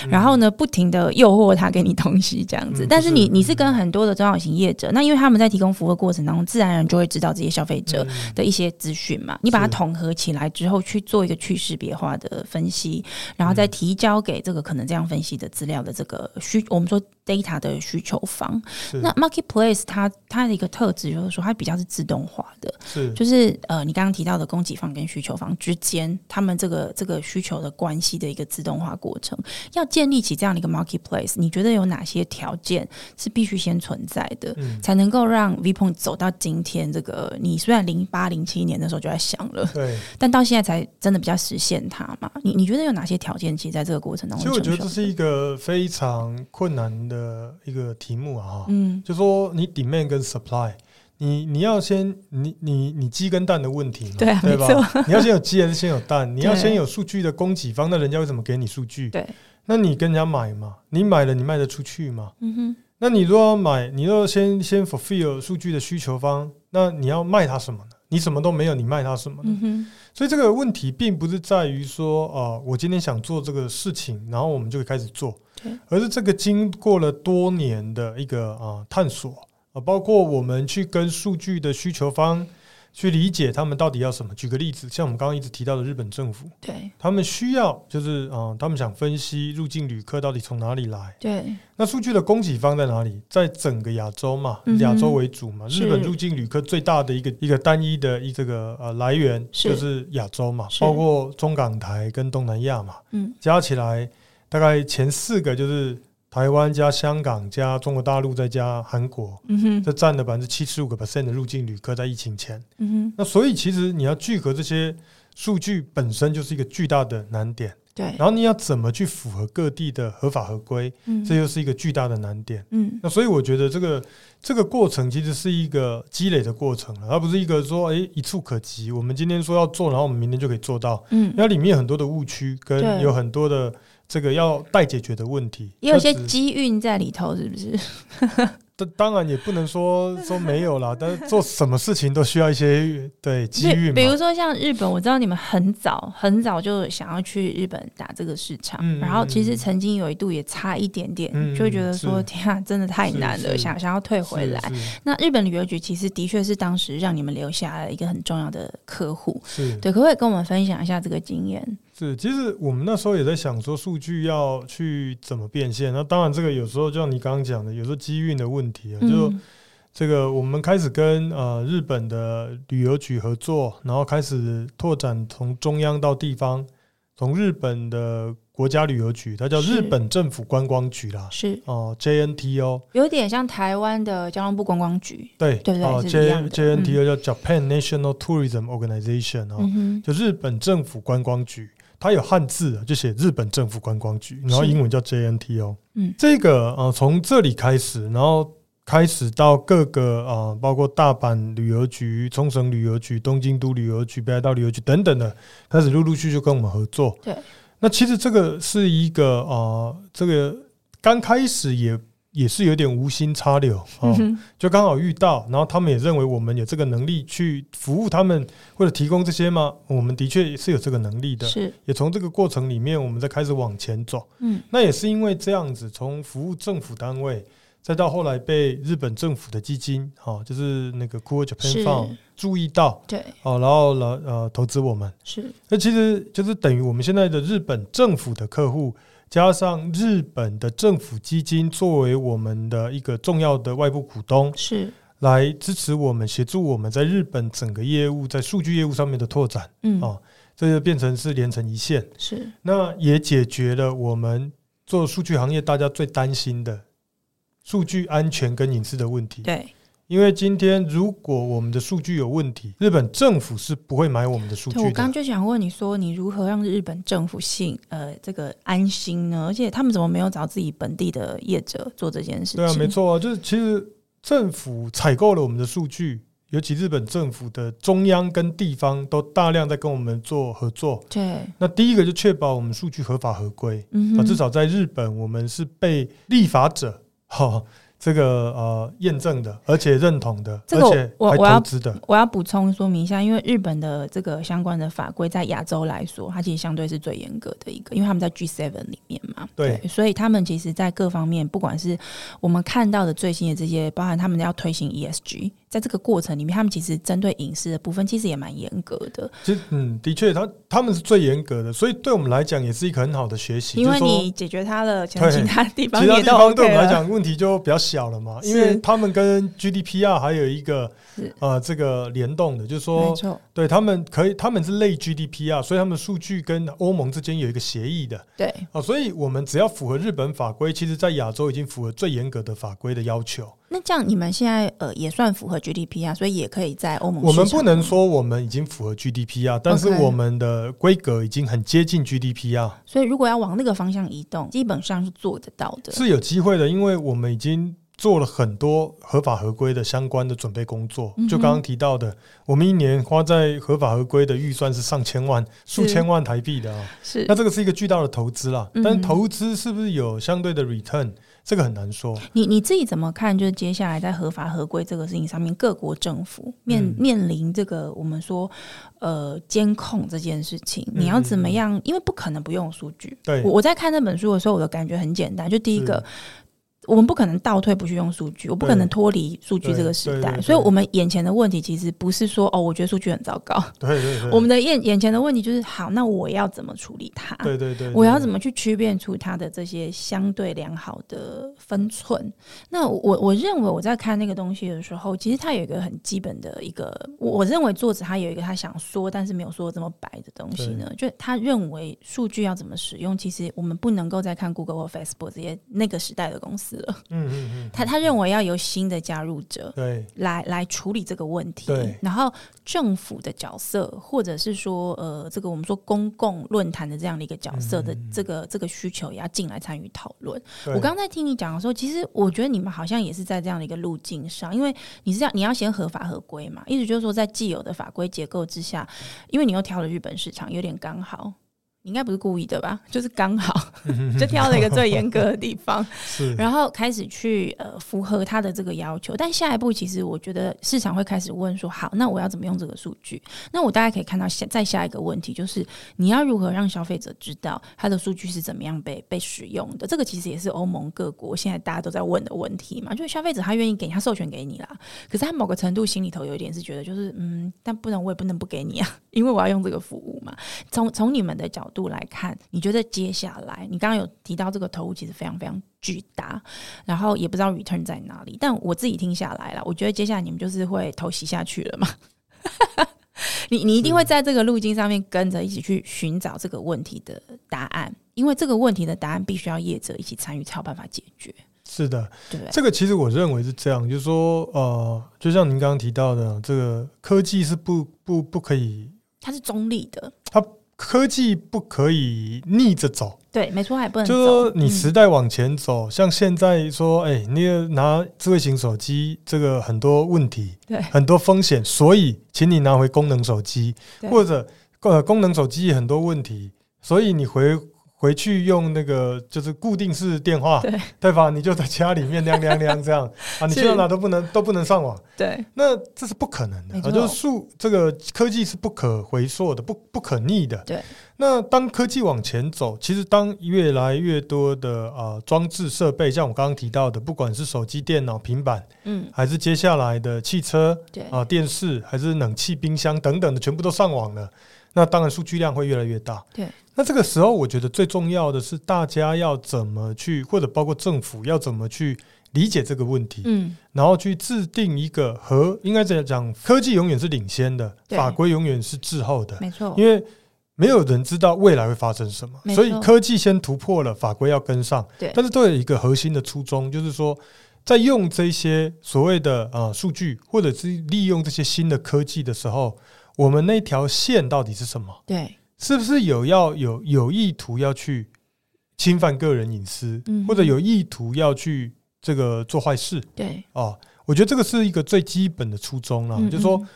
A: 然后呢，不停的诱惑他给你东西这样子。
B: 嗯
A: 但是
B: 不是
A: 你你是跟很多的中小型业者，那因为他们在提供服务的过程当中，自然而然就会知道这些消费者
B: 嗯
A: 的一些资讯嘛，你把它
B: 是
A: 统合起来之后，去做一个去识别化的分析，然后再提交给这个可能这样分析的资料的这个需，我们说 data 的需求方。
B: 是
A: 那 marketplace 它它的一个特质就是说，它比较是自动化的，
B: 是
A: 就是呃，你刚刚提到的供给方跟需求方之间，他们这个这个需求的关系的一个自动化过程，要建立起这样的一个 marketplace，你觉得有哪些条件是必须先存在的，
B: 嗯
A: 才能够让 Vpon 走到今天？这个你虽然零八零七年的时候就在想了，
B: 对。
A: 但到现在才真的比较实现它嘛？你你觉得有哪些条件？其实在这个过程当
B: 其实
A: 中
B: 我
A: 成熟
B: 觉
A: 的，
B: 得这是一个非常困难的一个题目啊，
A: 嗯
B: 就说你 demand 跟 supply，你你要先你你你鸡跟蛋的问题嘛，
A: 对啊
B: 对
A: 没
B: 吧？ 你要先有鸡还是先有蛋？你要
A: 对
B: 先有数据的供给方，那人家会怎么给你数据？
A: 对，
B: 那你跟人家买嘛，你买了你卖得出去嘛？
A: 嗯哼，
B: 那你如果要买，你要先先 fulfill 数据的需求方，那你要卖他什么呢？你什么都没有，你卖他什么呢？
A: 嗯哼，
B: 所以这个问题并不是在于说，呃，我今天想做这个事情，然后我们就开始做
A: 对，
B: 而是这个经过了多年的一个啊、呃探索啊、呃包括我们去跟数据的需求方去理解他们到底要什么。举个例子，像我们刚刚一直提到的日本政府，
A: 对
B: 他们需要就是啊、呃他们想分析入境旅客到底从哪里来。
A: 对
B: 那数据的供给方在哪里？在整个亚洲嘛
A: 嗯，哼
B: 亚洲为主嘛。
A: 是
B: 日本入境旅客最大的一个一个单一的一这个呃来源
A: 是
B: 就是亚洲嘛，
A: 是
B: 包括中港台跟东南亚嘛，
A: 嗯
B: 加起来大概前四个就是台湾加香港加中国大陆再加韩国，
A: 嗯哼
B: 这占了百分之七十五个 percent 的入境旅客在疫情前。
A: 嗯哼，
B: 那所以其实你要聚合这些数据本身就是一个巨大的难点，
A: 对，
B: 然后你要怎么去符合各地的合法合规，
A: 嗯
B: 这又是一个巨大的难点。
A: 嗯
B: 那所以我觉得这个这个过程其实是一个积累的过程了，而不是一个说诶一触可及。我们今天说要做，然后我们明天就可以做到，
A: 嗯
B: 因，为它里面有很多的误区跟
A: 对
B: 有很多的这个要待解决的问题。
A: 也有一
B: 那
A: 些
B: 只
A: 机运在里头，是不是？
B: 当当然也不能 说说没有啦，但是做什么事情都需要一些对机
A: 比
B: 遇嘛
A: 比。如说像日本，我知道你们很早很早就想要去日本打这个市场，
B: 嗯
A: 然后其实曾经有一度也差一点点，
B: 嗯
A: 就会觉得说
B: 是
A: 天啊，真的太难了，
B: 是是
A: 想想要退回来。
B: 是
A: 那日本旅游局其实的确是当时让你们留下了一个很重要的客户，
B: 是
A: 对，可不可以跟我们分享一下这个经验？
B: 是，其实我们那时候也在想说，数据要去怎么变现。那当然，这个有时候就像你刚刚讲的，有时候机运的问题啊，就
A: 嗯
B: 这个我们开始跟呃日本的旅游局合作，然后开始拓展从中央到地方，从日本的国家旅游局，它叫
A: 是
B: 日本政府观光局啦，
A: 是
B: 哦、JNTO，
A: 有点像台湾的交通部观光局，
B: 对，
A: 对对
B: 哦、
A: 是一
B: j
A: 样的嗯
B: JNTO 叫 Japan National Tourism Organization 哦，
A: 嗯哼，
B: 就日本政府观光局，它有汉字啊就写日本政府观光局，然后英文叫 JNTO。
A: 嗯
B: 这个呃，从这里开始，然后开始到各个呃，包括大阪旅游局、冲绳旅游局、东京都旅游局、北海道旅游局等等的，开始陆陆续续跟我们合作。
A: 对，
B: 那其实这个是一个呃，这个刚开始也。也是有点无心插柳
A: 嗯，
B: 哦
A: 哼
B: 就刚好遇到，然后他们也认为我们有这个能力去服务他们或者提供这些吗？我们的确是有这个能力的，
A: 是，
B: 也从这个过程里面，我们再开始往前走。
A: 嗯
B: 那也是因为这样子，从服务政府单位，再到后来被日本政府的基金，哦，就是那个 Cool
A: 是
B: Japan Fund 注意到，
A: 对，
B: 哦，然后来呃投资我们。
A: 是，
B: 那其实就是等于我们现在的日本政府的客户，加上日本的政府基金作为我们的一个重要的外部股东。
A: 是，
B: 来支持我们，协助我们在日本整个业务在数据业务上面的拓展，
A: 嗯，
B: 哦这就变成是连成一线。
A: 是，
B: 那也解决了我们做数据行业大家最担心的数据安全跟隐私的问题。
A: 对，
B: 因为今天如果我们的数据有问题，日本政府是不会买我们的数
A: 对，我
B: 据
A: 刚
B: 的。
A: 就想问你说，你如何让日本政府信呃这个安心呢？而且他们怎么没有找自己本地的业者做这件事情？
B: 对啊，没，错啊，就是其实政府采购了我们的数据，尤其日本政府的中央跟地方都大量在跟我们做合作。
A: 对，
B: 那第一个就确保我们数据合法合规
A: 嗯
B: 啊，
A: 哼，
B: 至少在日本我们是被立法者哈、这个呃验证的，而且认同的，
A: 这个
B: 而且
A: 我
B: 还
A: 我要
B: 投资的。
A: 我要补充说明一下，因为日本的这个相关的法规在亚洲来说，它其实相对是最严格的一个，因为他们在 G7 里面嘛，
B: 对
A: 所以他们其实在各方面，不管是我们看到的最新的这些，包含他们要推行 ESG，在这个过程里面，他们其实针对隐私的部分，其实也蛮严格的，
B: 其实嗯，的确，他他们是最严格的，所以对我们来讲也是一个很好的学习。
A: 因为
B: 就是说
A: 你解决它了，其
B: 对
A: 其他地方
B: 其他
A: 也
B: 地
A: 都
B: 方
A: OK
B: 对我们来
A: 了
B: 讲问题就比较小 了嘛，
A: 是
B: 因为他们跟 GDPR 还有一个
A: 是
B: 呃这个联动的，就是
A: 没
B: 说
A: 错，
B: 对他们可以，他们是类 GDPR，所以他们数据跟欧盟之间有一个协议的。
A: 对。
B: 哦，所以我们只要符合日本法规，其实在亚洲已经符合最严格的法规的要求。
A: 那这样你们现在呃也算符合 GDP 啊，所以也可以在欧盟。
B: 我们不能，说我们已经符合 GDP 啊，但是
A: OK
B: 我们的规格已经很接近 GDP 啊，
A: 所以如果要往那个方向移动，基本上是做得到的。
B: 是有机会的，因为我们已经。做了很多合法合规的相关的准备工作，
A: 嗯哼
B: 就刚刚提到的，我们一年花在合法合规的预算是上千万、数千万台币的啊、
A: 是
B: 那这个是一个巨大的投资啦。
A: 嗯
B: 但投资是不是有相对的 return，这个很难说。
A: 你你自己怎么看？就是接下来在合法合规这个事情上面，各国政府面、
B: 嗯
A: 面临这个我们说呃监控这件事情，
B: 嗯
A: 你要怎么样？因为不可能不用数据。
B: 对
A: 我我在看那本书的时候，我的感觉很简单，就第一个。我们不可能倒退不去用数据，我不可能
B: 对
A: 脱离数据
B: 对
A: 这个时
B: 对
A: 代，
B: 对对
A: 所以我们眼前的问题其实不是说哦，我觉得数据很糟糕，
B: 对对对，
A: 我们的眼眼前的问题就是好，那我要怎么处理它？
B: 对对对，对
A: 我要怎么去区辨出它的这些相对良好的分寸？那我我认为我在看那个东西的时候，其实它有一个很基本的一个，我我认为作者他有一个他想说但是没有说得这么白的东西呢，就他认为数据要怎么使用，其实我们不能够再看 Google 或 Facebook 这些那个时代的公司了。
B: 嗯嗯嗯，
A: 他他认为要由新的加入者，
B: 对
A: 来来处理这个问题
B: 对。
A: 然后政府的角色，或者是说呃，这个我们说公共论坛的这样的一个角色的这个、这个需求，也要进来参与讨论。
B: 嗯对
A: 我刚才听你讲的时候，其实我觉得你们好像也是在这样的一个路径上，因为你是要你要先合法合规嘛，意思就是说在既有的法规结构之下，因为你又挑了日本市场，有点刚好。你应该不是故意的吧？就是刚 好就挑了一个最严格的地方，
B: 是
A: 然后开始去呃符合他的这个要求，但下一步其实我觉得市场会开始问说，好，那我要怎么用这个数据？那我大概可以看到下再下一个问题就是，你要如何让消费者知道他的数据是怎么样被被使用的？这个其实也是欧盟各国现在大家都在问的问题嘛，就是消费者他愿意给你，他授权给你啦，可是他某个程度心里头有一点是觉得，就是嗯，但不能我也不能不给你啊，因为我要用这个服务嘛。从从你们的角度来看，你觉得接下来你刚刚有提到这个投入其实非常非常巨大，然后也不知道 return 在哪里。但我自己听下来了，我觉得接下来你们就是会投袭下去了嘛。 你你一
B: 嗯
A: 定会在这个路径上面跟着一起去寻找这个问题的答案，因为这个问题的答案必须要业者一起参与才有办法解决，
B: 是的，
A: 对不对？
B: 这个其实我认为是这样，就是说，呃，就像您刚刚提到的，这个科技是不不不可以，
A: 它是中立的，
B: 科技不可以逆着走，
A: 对，没错，还不能
B: 就是
A: 走
B: 说你
A: 嗯
B: 时代往前走，像现在说，哎、你也拿智慧型手机，这个很多问题，
A: 对
B: 很多风险，所以请你拿回功能手机，
A: 对
B: 或者呃功能手机也很多问题，所以你回。回去用那个就是固定式电话，
A: 对
B: 吧？你就在家里面亮 亮亮这样啊，你去到哪都不能都不能上网，
A: 对
B: 那这是不可能的，
A: 没
B: 啊
A: 错
B: 就是数这个科技是不可回溯的，不不可逆的。
A: 对。
B: 那当科技往前走，其实当越来越多的呃装置设备，像我刚刚提到的，不管是手机、电脑、平板，
A: 嗯
B: 还是接下来的汽车
A: 对
B: 啊、电视，还是冷气、冰箱等等的，全部都上网了。那当然，数据量会越来越大。
A: 对。
B: 那这个时候，我觉得最重要的是，大家要怎么去，或者包括政府要怎么去理解这个问题。
A: 嗯
B: 然后去制定一个和应该这样讲，科技永远是领先的，
A: 对
B: 法规永远是滞后的，
A: 没错，
B: 因为没有人知道未来会发生什么，
A: 没错
B: 所以科技先突破了，法规要跟上。
A: 对
B: 但是都有一个核心的初衷，就是说，在用这些所谓的呃数据，或者是利用这些新的科技的时候，我们那条线到底是什么？
A: 对
B: 是不是有要有有意图要去侵犯个人隐私，
A: 嗯
B: 或者有意图要去这个做坏事？
A: 对，
B: 哦，我觉得这个是一个最基本的初衷啦，
A: 嗯
B: 哦就是说
A: 嗯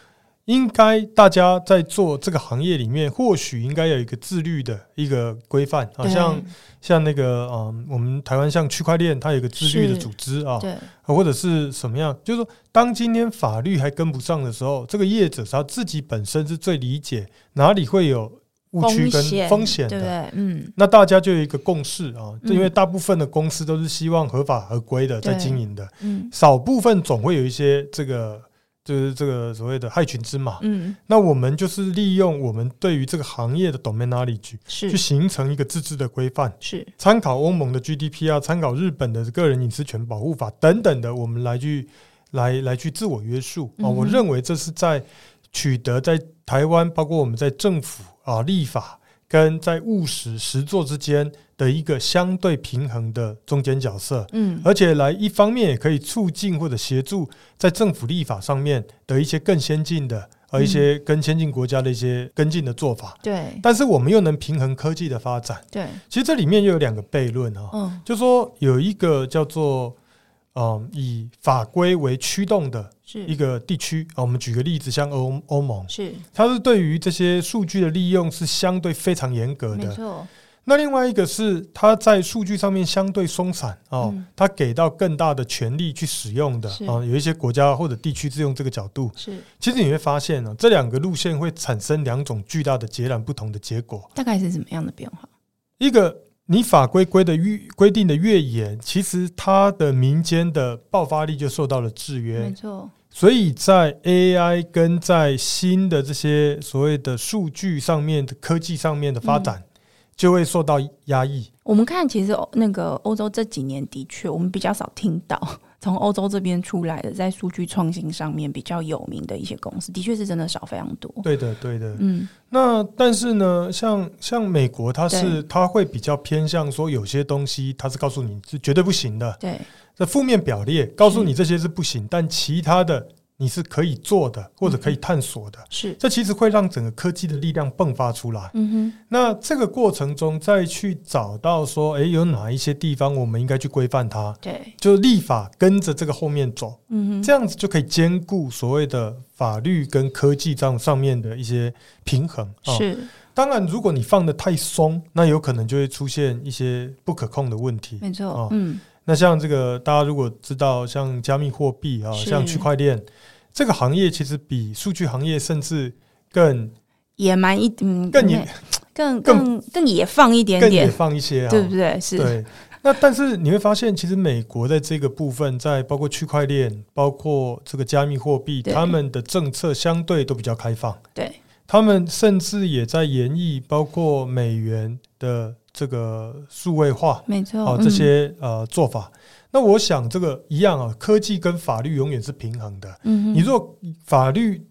B: 应该大家在做这个行业里面，或许应该有一个自律的一个规范，好、
A: 对
B: 像像那个嗯，我们台湾像区块链，它有一个自律的
A: 是
B: 组织啊，
A: 对
B: 或者是什么样，就是说当今天法律还跟不上的时候，这个业者他自己本身是最理解哪里会有误区跟风险
A: 对
B: 的
A: 不。对？嗯，
B: 那大家就有一个共识啊，
A: 嗯
B: 因为大部分的公司都是希望合法合规的在
A: 对
B: 经营的，
A: 嗯
B: 少部分总会有一些这个就是这个所谓的害群之马。
A: 嗯，
B: 那我们就是利用我们对于这个行业的 domain knowledge 去
A: 是
B: 形成一个自治的规范，
A: 是，
B: 参考欧盟的 GDPR，参啊考日本的个人隐私权保护法等等的，我们来去来来去自我约束啊、
A: 嗯哼
B: 我认为这是在取得在台湾，包括我们在政府啊立法跟在务实实作之间的一个相对平衡的中间角色。
A: 嗯
B: 而且来一方面也可以促进或者协助在政府立法上面的一些更先进的，呃，一些跟先进国家的一些跟进的做法。
A: 对
B: 但是我们又能平衡科技的发展，
A: 对，
B: 其实这里面又有两个悖论啊，
A: 嗯
B: 就说有一个叫做嗯以法规为驱动的
A: 是
B: 一个地区啊，我们举个例子，像欧欧盟，
A: 是
B: 它是对于这些数据的利用是相对非常严格
A: 没
B: 的，
A: 错，
B: 那另外一个是它在数据上面相对松散哦
A: 嗯，
B: 它给到更大的权利去使用的
A: 是
B: 啊、有一些国家或者地区是用这个角度。
A: 是
B: 其实你会发现呢、哦这两个路线会产生两种巨大的截然不同的结果。
A: 大概是什么样的变化？
B: 一个你法规规的越规定的越严，其实它的民间的爆发力就受到了制
A: 没
B: 约。
A: 错，
B: 所以在 AI 跟在新的这些所谓的数据上面的科技上面的发
A: 嗯
B: 展，就会受到压抑。
A: 我们看其实欧那个欧洲这几年的确，我们比较少听到 从欧洲这边出来的在数据创新上面比较有名的一些公司，的确是真的少非常多。
B: 对的，对的。
A: 嗯，
B: 那但是呢，像像美国，它是
A: 对
B: 它会比较偏向说，有些东西它是告诉你是绝对不行的，
A: 对，
B: 这负面表列告诉你这些是不行，但其他的你是可以做的，或者可以探索的。
A: 是，
B: 这其实会让整个科技的力量迸发出来。
A: 嗯
B: 那这个过程中，再去找到说，诶，有哪一些地方我们应该去规范它，
A: 哼，对，
B: 就立法跟着这个后面走，
A: 嗯
B: 这
A: 哼，
B: 样子就可以兼顾所谓的法律跟科技上上面的一些平衡。哦
A: 是
B: 当然，如果你放的太松，那有可能就会出现一些不可控的问题。
A: 没错
B: 哦，
A: 嗯，
B: 那像这个，大家如果知道，像加密货币啊，
A: 是
B: 像区块链这个行业，其实比数据行业甚至更
A: 野蛮一，嗯，
B: 更
A: 野
B: 野
A: 更
B: 更
A: 更更野放一点
B: 更野
A: 点，
B: 放一些啊。
A: 对不对？是，
B: 对那但是你会发现，其实美国在这个部分，在包括区块链、包括这个加密货币，
A: 对
B: 他们的政策相对都比较开放。
A: 对，
B: 他们甚至也在研议包括美元的这个数位化。
A: 没错，
B: 哦，
A: 嗯
B: 这些呃做法。那我想这个一样啊，科技跟法律永远是平衡的。
A: 嗯哼，
B: 你若法律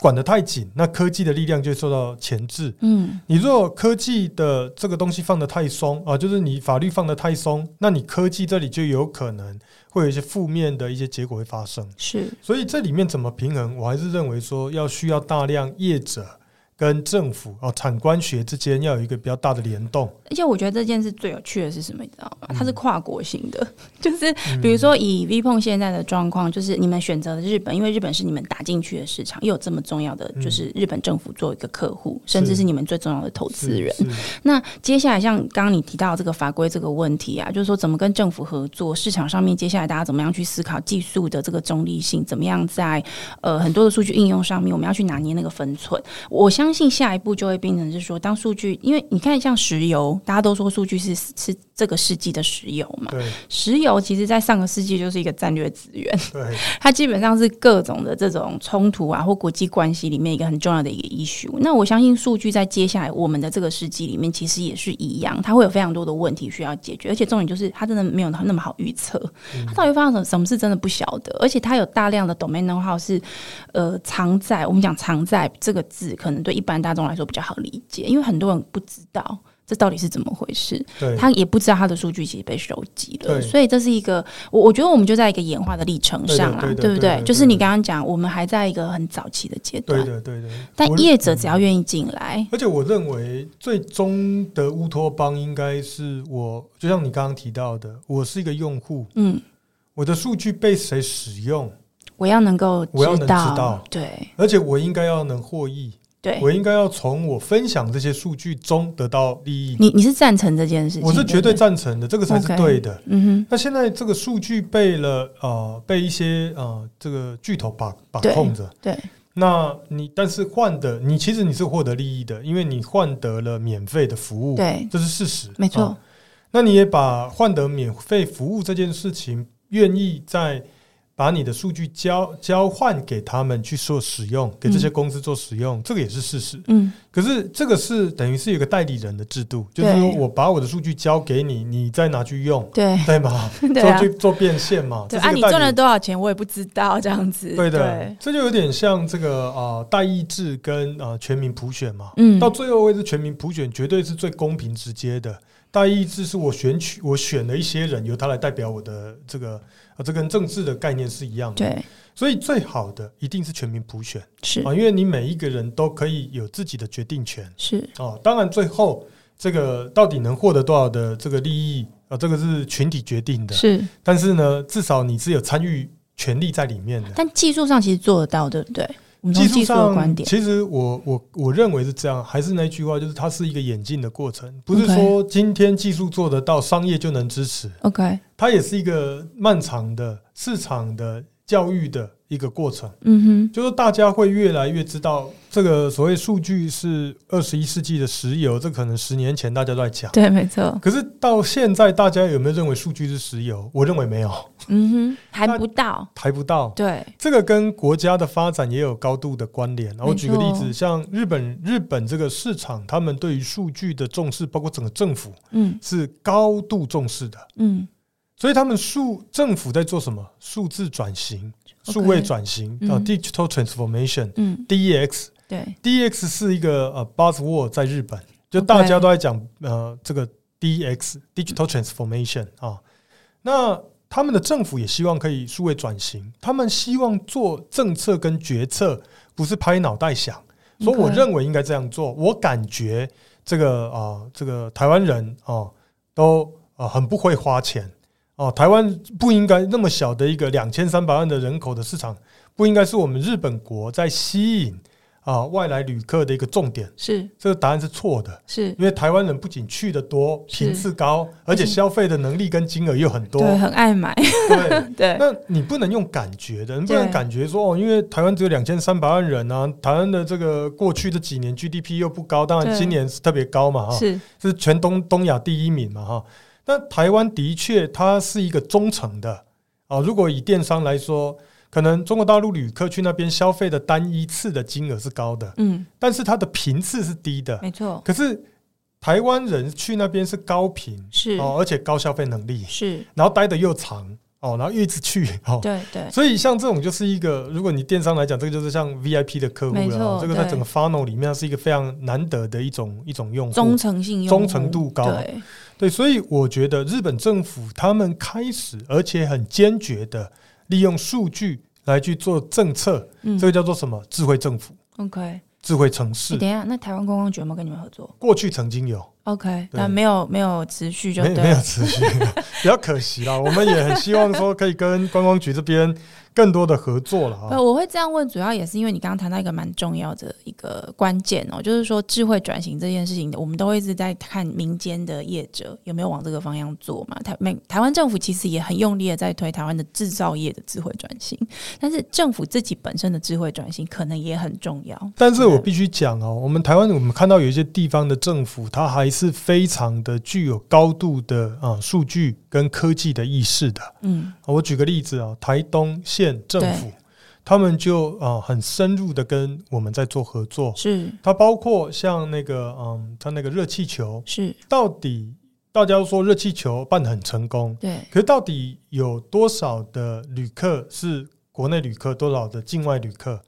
B: 管得太紧，那科技的力量就会受到钳制；
A: 嗯，
B: 你若科技的这个东西放得太松啊、就是你法律放得太松，那你科技这里就有可能会有一些负面的一些结果会发生。
A: 是，
B: 所以这里面怎么平衡，我还是认为说要需要大量业者跟政府啊、产官学之间要有一个比较大的联动。
A: 而且我觉得这件事最有趣的是什么，你知道吗？它是
B: 嗯
A: 跨国型的， 就是
B: 嗯
A: 比如说以 VPON 现在的状况，就是你们选择了日本，因为日本是你们打进去的市场，又有这么重要的，
B: 嗯
A: 就是日本政府做一个客户，甚至是你们最重要的投资人。
B: 是是
A: 那接下来像刚刚你提到这个法规这个问题啊，就是说怎么跟政府合作，市场上面接下来大家怎么样去思考技术的这个中立性，怎么样在呃很多的数据应用上面，我们要去拿捏那个分寸。我相信下一步就会变成是说，当数据，因为你看像石油，大家都说数据是是这个世纪的石油嘛，
B: 对
A: 石油其实在上个世纪就是一个战略资源。
B: 对。
A: 它基本上是各种的这种冲突啊，或国际关系里面一个很重要的一个 issue。那我相信数据在接下来我们的这个世纪里面，其实也是一样，它会有非常多的问题需要解决，而且重点就是它真的没有那么好预测，它到底发生什么什么事真的不晓得，而且它有大量的 domain know how 是呃藏在我们讲藏在这个字，可能对一般大众来说比较好理解，因为很多人不知道这到底是怎么回事。
B: 对，
A: 他也不知道他的数据其实被收集了，
B: 对
A: 所以这是一个我我觉得我们就在一个演化的历程上啦，
B: 对的对的
A: 不
B: 对的对
A: 对？
B: 的
A: 就是你刚刚讲，我们还在一个很早期的阶
B: 对
A: 段，
B: 的，对的。
A: 但
B: 我
A: 业者只要愿意进来，
B: 而且我认为最终的乌托邦应该是我，就像你刚刚提到的，我是一个用户，
A: 嗯，
B: 我的数据被谁使用，
A: 我要能够
B: 我要能知道
A: 道，对
B: 而且我应该要能获益，
A: 对，
B: 我应该要从我分享这些数据中得到利益。
A: 你你是赞成这件事情，
B: 我是绝对
A: 不，
B: 赞成的，这个才是
A: OK
B: 对的。
A: 嗯
B: 那现在这个数据被了呃被一些呃这个巨头把把
A: 对
B: 控着，
A: 哼，对，
B: 那你但是换的你其实你是获得利益的，因为你换得了免费的服务，
A: 对
B: 这是事实，
A: 没错
B: 啊那你也把换得免费服务这件事情，愿意再把你的数据交交换给他们去做使用，给这些公司做使用，这个也是事实。
A: 嗯，
B: 可是这个是等于是有个代理人的制度，就是
A: 对
B: 说我把我的数据交给你，你再拿去用，
A: 对
B: 对吗？
A: 对
B: 做
A: 啊，
B: 去做变现嘛，
A: 对
B: 这是
A: 啊，
B: 一
A: 你
B: 个代理
A: 赚
B: 人
A: 了多少钱我也不知道，这样子，
B: 对的
A: 对，，
B: 这就有点像这个啊代议制跟啊全民普选嘛。
A: 嗯
B: 到最后为止，全民普选绝对是最公平直接的。代议制是我选取我选了一些人，由他来代表我的这个啊，这跟政治的概念是一样的。
A: 对嗯
B: 所以最好的一定是全民普选
A: 是
B: 啊，因为你每一个人都可以有自己的决定权
A: 是，
B: 啊。当然，最后这个到底能获得多少的这个利益啊，这个是群体决定的。
A: 是，
B: 但是呢，至少你是有参与权利在里面的。
A: 但技术上其实做得到，对不对？我们从
B: 技术
A: 技术的
B: 上，
A: 观点，
B: 其实我我我认为是这样，还是那句话，就是它是一个演进的过程，不是
A: OK
B: 说今天技术做得到，商业就能支持，
A: OK，
B: 它也是一个漫长的市场的教育的一个过程，
A: 嗯哼。
B: 就是大家会越来越知道这个所谓数据是二十一世纪的石油，这可能十年前大家都在讲。
A: 对，没错，
B: 可是到现在，大家有没有认为数据是石油？我认为没有，
A: 嗯哼，还
B: 那
A: 不到，
B: 抬不到。
A: 对，
B: 这个跟国家的发展也有高度的关联。然后
A: 没
B: 举个例
A: 错
B: 子，像日本，日本这个市场，他们对于数据的重视，包括整个政府
A: 嗯
B: 是高度重视的。
A: 嗯
B: 所以他们数政府在做什么？数字转型、数位转型
A: 嗯
B: 啊，digital transformation、E
A: 嗯，
B: DX。
A: 对，
B: DX E 是一个呃 buzzword，在日本就大家都在讲呃这个 DX digital transformation 啊。那他们的政府也希望可以数位转型，他们希望做政策跟决策，不是拍脑袋想。所以我
A: OK
B: 认为应该这样做。我感觉这个啊、这个台湾人哦、都啊、很不会花钱哦、台湾不应该那么小的一个两千三百万的人口的市场，不应该是我们日本国在吸引啊、外来旅客的一个重点。
A: 是
B: 这个答案是错的，
A: 是，
B: 因为台湾人不仅去的多，
A: 是
B: 频次高，而且
A: 而且
B: 消费的能力跟金额又很多。
A: 对，很爱买，
B: 对，
A: 对，
B: 那你不能用感觉的，你不能
A: 对
B: 感觉说哦，因为台湾只有两千三百万人啊，台湾的这个过去的几年 GDP 又不高，当然
A: 对
B: 今年是特别高嘛，哈，
A: 是
B: 是全东东亚第一名嘛，哈。那台湾的确它是一个忠诚的啊，如果以电商来说，可能中国大陆旅客去那边消费的单一次的金额是高的，
A: 嗯，
B: 但是它的频次是低的，
A: 没错，
B: 可是台湾人去那边是高频
A: 是
B: 哦，而且高消费能力，
A: 是，
B: 然后待的又长哦，然后一直去哦，
A: 对对
B: 所以像这种就是一个，如果你电商来讲，这个就是像 VIP 的客户
A: 没
B: 了
A: 错
B: 哦，这个在
A: 对
B: 整个 funnel 里面它是一个非常难得的一种一种用户，
A: 忠诚性用户、
B: 忠诚度高
A: 对，
B: 对，所以我觉得日本政府他们开始而且很坚决的利用数据来去做政策，
A: 嗯
B: 这个叫做什么？智慧政府、
A: ，OK。诶
B: 智慧城市。
A: 等一下，那台湾观光局有没有跟你们合作
B: 过去曾经有，
A: ？OK，
B: 对
A: 那没有没有持续就
B: 没
A: 对
B: 没有
A: 了，
B: 持续， 比较可惜啦。我们也很希望说可以跟观光局这边更多的合作了
A: 不，
B: 啊。
A: 我会这样问，主要也是因为你刚刚谈到一个蛮重要的一个关键哦，就是说智慧转型这件事情，我们都会一直在看民间的业者有没有往这个方向做嘛。台美台湾政府其实也很用力的在推台湾的制造业的智慧转型，但是政府自己本身的智慧转型可能也很重要。
B: 但是我必须讲哦，我们台湾我们看到有一些地方的政府，它还是非常的具有高度的啊数据跟科技的意识的。
A: 嗯，
B: 我举个例子啊，台东县政府
A: 对
B: 他们就啊、呃很深入的跟我们在做合作，
A: 是
B: 它包括像那个嗯，它那个热气球，
A: 是，
B: 到底大家都说热气球办得很成功，
A: 对，
B: 可是到底有多少的旅客是国内旅客，多少的境外旅客？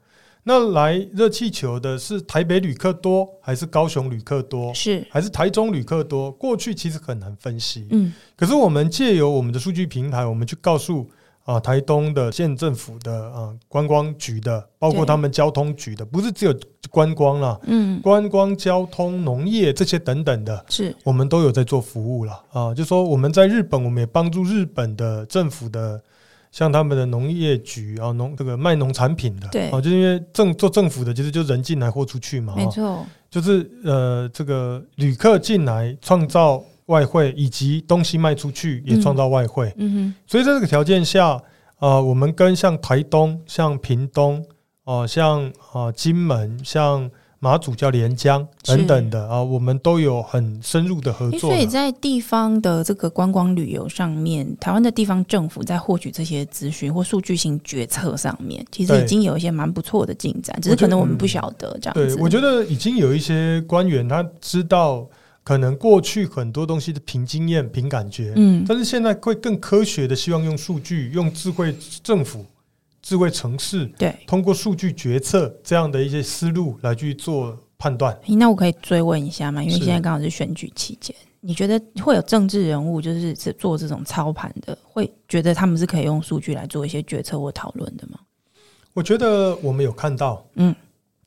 B: 那来热气球的是台北旅客多，还是高雄旅客多，
A: 是，
B: 还是台中旅客多？过去其实很难分析。
A: 嗯，
B: 可是我们借由我们的数据平台，我们去告诉啊、台东的县政府的啊、观光局的，包括
A: 对
B: 他们交通局的，不是只有观光啦，
A: 嗯，
B: 观光、交通、农业这些等等的，
A: 是，
B: 我们都有在做服务啦。啊、就说我们在日本，我们也帮助日本的政府的。像他们的农业局啊，农这个卖农产品的，
A: 对
B: 哦，就是因为政做政府的，其实就人进来货出去嘛，
A: 没
B: 哦
A: 错，
B: 就是呃，这个旅客进来创造外汇，以及东西卖出去也创造外汇。
A: 嗯
B: 所以在这个条件下，呃，我们跟像台东、像屏东、哦、像呃金门、像马祖叫连江
A: 是
B: 等等的啊、我们都有很深入的合
A: 哼，诶
B: 作
A: 所以
B: 了。
A: 在地方的这个观光旅游上面，台湾的地方政府在获取这些资讯或数据型决策上面，其实
B: 对
A: 已经有一些蛮不错的进展，只
B: 我
A: 是
B: 觉
A: 可
B: 得
A: 能我们
B: 嗯
A: 不晓得这样
B: 对
A: 子。，
B: 我觉得已经有一些官员他知道，可能过去很多东西的凭经验、凭感觉，
A: 嗯，
B: 但是现在会更科学的，希望用数据、用智慧政府、智慧城市，
A: 对。
B: 通过数据决策这样的一些思路来去做判断。
A: 诶那我可以追问一下吗？嗯因为
B: 是
A: 现在刚好是选举期间，你觉得会有政治人物就是是做这种操盘的，会觉得他们是可以用数据来做一些决策或讨论的吗？
B: 我觉得我们有看到，
A: 嗯，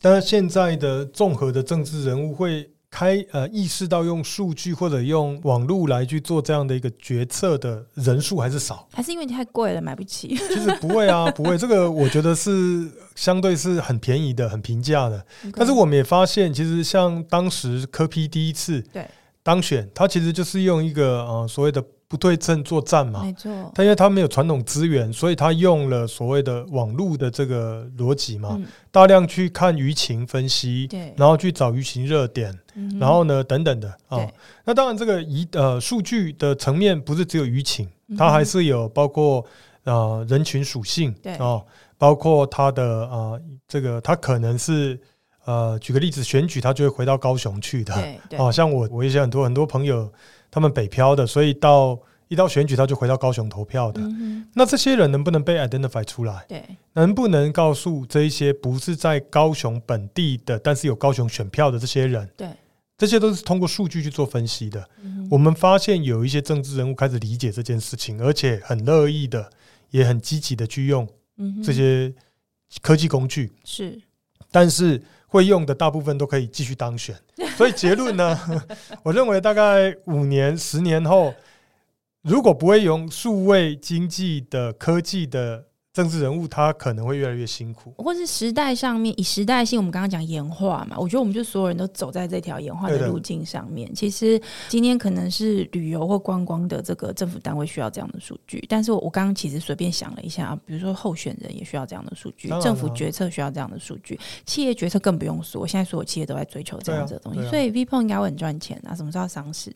B: 但是现在的综合的政治人物会开呃意识到用数据或者用网络来去做这样的一个决策的人数还 是少
A: 。还是因为太贵了买不 起？
B: 其实不会啊，不会，这个我觉得是相对是很便宜的、很平价的。但是我们也发现，其实像当时柯批第一次
A: 对
B: 当选，他其实就是用一个呃所谓的不对称作战嘛。
A: 没 错，
B: 但因为它没有传统资源，所以它用了所谓的网络的这个逻辑嘛，
A: 嗯，
B: 大量去看舆情分析，
A: 对，
B: 然后去找舆情热点，
A: 嗯哼嗯
B: 然后呢等等的啊、
A: 对
B: 那当然，这个一呃数据的层面不是只有舆情，
A: 嗯哼
B: 它还是有包括呃人群属性
A: 对
B: 哦，包括它的呃这个它可能是呃举个例子，选举它就会回到高雄去的
A: 嗯对 对，
B: 哦，像我我一些很多很多朋友他们北漂的，所以到一到选举他就回到高雄投票的。
A: 嗯哼，
B: 那这些人能不能被 identify 出来？
A: 对，
B: 能不能告诉这一些不是在高雄本地的，但是有高雄选票的这些人？
A: 对，
B: 这些都是通过数据去做分析的。
A: 嗯哼
B: 我们发现有一些政治人物开始理解这件事情，而且很乐意的，也很积极的去用
A: 嗯哼
B: 这些科技工具，
A: 是
B: 但是会用的大部分都可以继续当选。所以结论呢， 我认为大概五年、十年后，如果不会用数位经济的科技的政治人物，他可能会越来越辛苦。
A: 或是时代上面，以时代性，我们刚刚讲演化嘛，我觉得我们就所有人都走在这条演化
B: 对
A: 的
B: 的
A: 路径上面。其实今天可能是旅游或观光的这个政府单位需要这样的数据，但是我我刚刚其实随便想了一下啊，比如说候选人也需要这样的数据
B: 当，然啊
A: 政府
B: 了
A: 决策需要这样的数据，企业决策更不用说，现在所有企业都在追求这样子的东西，
B: 对啊
A: 所
B: 对
A: 以 VPO 应该会很赚钱啊，什么时候要上 市？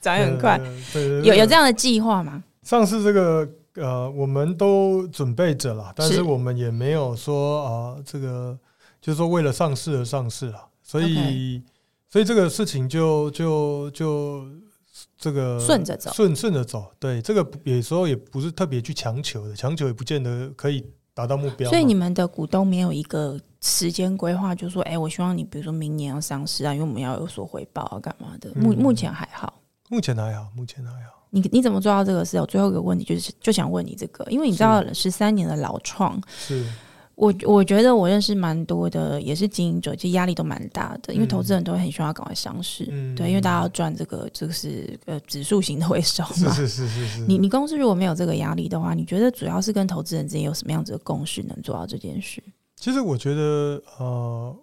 A: 涨得很快，
B: 呃，对对对
A: 有有这样的计划吗？
B: 上次这个呃，我们都准备着了，但是
A: 是
B: 我们也没有说啊、这个就是说为了上市而上市了，所以所以这个事情就就就这个
A: 顺着走
B: 顺顺着走。对，这个不有时候也不是特别去强求的，强求也不见得可以达到目标嘛。
A: 所以你们的股东没有一个时间规划，就说，哎、我希望你比如说明年要上市啊，因为我们要有所回报啊，干嘛的？目、
B: 嗯
A: 目前还好。
B: 目前还好，目前还好。
A: 你你怎么做到这个事？我哦最后一个问题就是，就想问你这个，因为你知道十三年的老创，
B: 是，
A: 我我觉得我认识蛮多的，也是经营者，其实压力都蛮大的，因为
B: 嗯
A: 投资人都会很希望要赶快上市，
B: 嗯
A: 对，因为大家要赚这个，这个是呃指数型的回收
B: 是
A: 嘛。
B: 是是是是。
A: 你你公司如果没有这个压力的话，你觉得主要是跟投资人之间有什么样子的共识能做到这件事？
B: 其实我觉得，呃，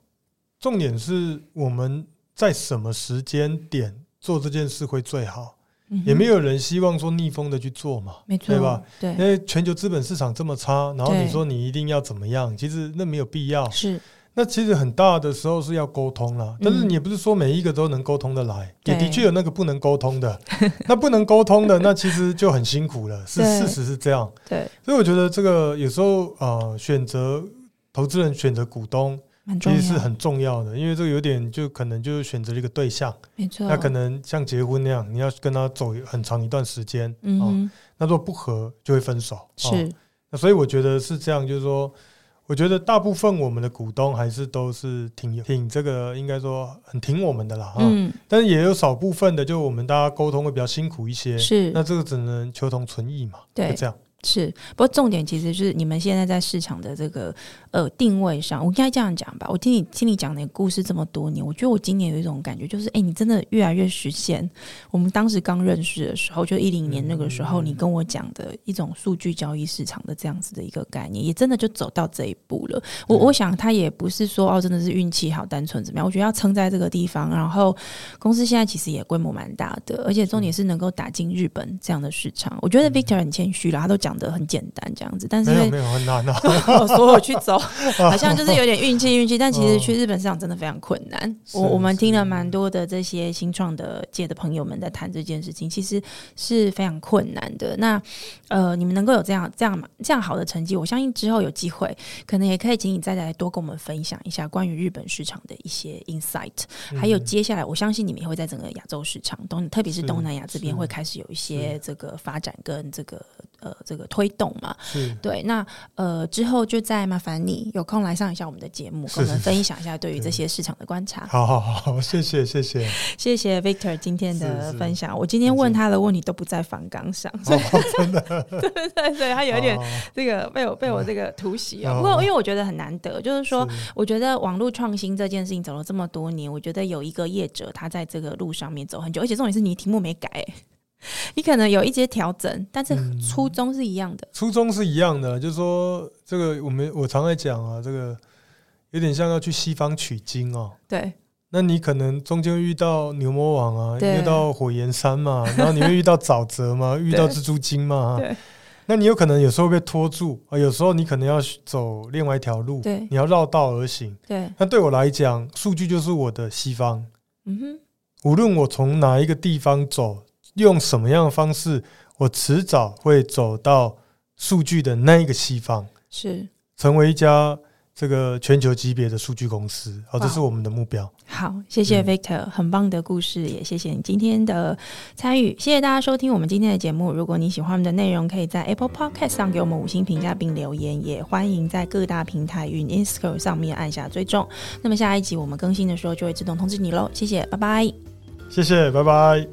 B: 重点是我们在什么时间点做这件事会最好，
A: 嗯哼
B: 也没有人希望说逆风的去做嘛，
A: 没错，
B: 对吧？？因
A: 对，
B: 为全球资本市场这么差，然后
A: 对
B: 你说你一定要怎么样，其实那没有必要。
A: 是嗯
B: 那其实很大的时候是要沟通啦，但是你也不是说每一个都能沟通的来，
A: 对
B: 也的确有那个不能沟 通的。那不能沟通的，那其实就很辛苦了，是
A: 对
B: 事实是这样。
A: 对，
B: 所以我觉得这个有时候呃，选择投资人选择股东，
A: 蛮重
B: 其
A: 要，
B: 实是很重要的，因为这个有点就可能就是选择了一个对象，
A: 没错。
B: 那可能像结婚那样，你要跟他走很长一段时间，
A: 嗯
B: 哦，
A: 哼，
B: 那如果不合就会分手，哦
A: 是
B: 那所以我觉得是这样，就是说，我觉得大部分我们的股东还是都是挺挺这个，应该说很挺我们的啦，啊、
A: 嗯
B: 但是也有少部分的，就我们大家沟通会比较辛苦一些，
A: 是
B: 那这个只能求同存异嘛，
A: 对
B: 就这样，
A: 是，不过重点其实是你们现在在市场的这个呃定位上，我应该这样讲吧。我听你听你讲你的故事这么多年，我觉得我今年有一种感觉，就是哎、你真的越来越实现。我们当时刚认识的时候，就一零年那个时候，
B: 嗯
A: 你跟我讲的一种数据交易市场的这样子的一个概念，也真的就走到这一步了。我
B: 对
A: 我想他也不是说哦，真的是运气好，单纯怎么样？我觉得要撑在这个地方，然后公司现在其实也规模蛮大的，而且重
B: 嗯
A: 点是能够打进日本这样的市场。我觉得 Victor 很谦虚啦，他都讲的很简单这样子，但是
B: 没
A: 因
B: 有
A: 为
B: 没有很难啊，
A: 我说我去 走，好像就是有点运气运气，但其实
B: 哦
A: 去日本市场真的非常困难。
B: 是
A: 我我们听了
B: 是
A: 蛮多的这些新创的界的朋友们在谈这件事情，其实是非常困难的。那呃，你们能够有这样这样这样好的成绩，我相信之后有机会，可能也可以请你再来多跟我们分享一下关于日本市场的一些 insight，还有
B: 嗯
A: 接下来我相信你们也会在整个亚洲市场，东特别是
B: 是
A: 东南亚这边
B: 是
A: 会开始有一些
B: 是
A: 这个发展跟这个呃这个推动嘛。
B: 是
A: 对，那呃之后就再麻烦你有空来上一下我们的节目，
B: 是
A: 跟我们
B: 是
A: 分享一下对于这些市场的观察。
B: 好好好， 谢谢谢谢。
A: 谢谢 Victor 今天的
B: 是是
A: 分享。我今天问他的问题都不在反纲上，所以、 真的， 对对对，他有一点
B: 哦
A: 这个被我被我这个突袭啊。
B: 哦
A: 不过因为我觉得很难得，就是说。
B: 是
A: 我觉得网络创新这件事情走了这么多年，我觉得有一个业者他在这个路上面走很久，而且重点是你题目没改、欸你可能有一些调整，但是
B: 嗯
A: 初衷是一样的。
B: 初衷是一样的，就是说这个我们我常在讲啊，这个有点像要去西方取经哦。
A: 对，
B: 那你可能中间遇到牛魔王啊，
A: 对
B: 遇到火焰 山嘛，然后你会遇到沼泽嘛，遇到蜘蛛精嘛
A: 对，
B: 那你有可能有时候被拖住啊，有时候你可能要走另外一条路，
A: 对
B: 你要绕道而行。
A: 对，
B: 那对我来讲，数据就是我的西方，
A: 嗯哼，
B: 无论我从哪一个地方走，用什么样的方式，我迟早会走到数据的那一个西方，
A: 是
B: 成为一家这个全球级别的数据公司。好，这是我们的目标。
A: 好，谢谢
B: 嗯
A: Victor，、很棒的故事，也谢谢你今天的参与，谢谢大家收听我们今天的节目。如果你喜欢我们的内容，可以在 Apple Podcast 上给我们五星评价并留言，也欢迎在各大平台与 Instagram 上面按下追踪。那么下一集我们更新的时候就会自动通知你喽，谢谢，拜拜。
B: 谢谢，拜拜。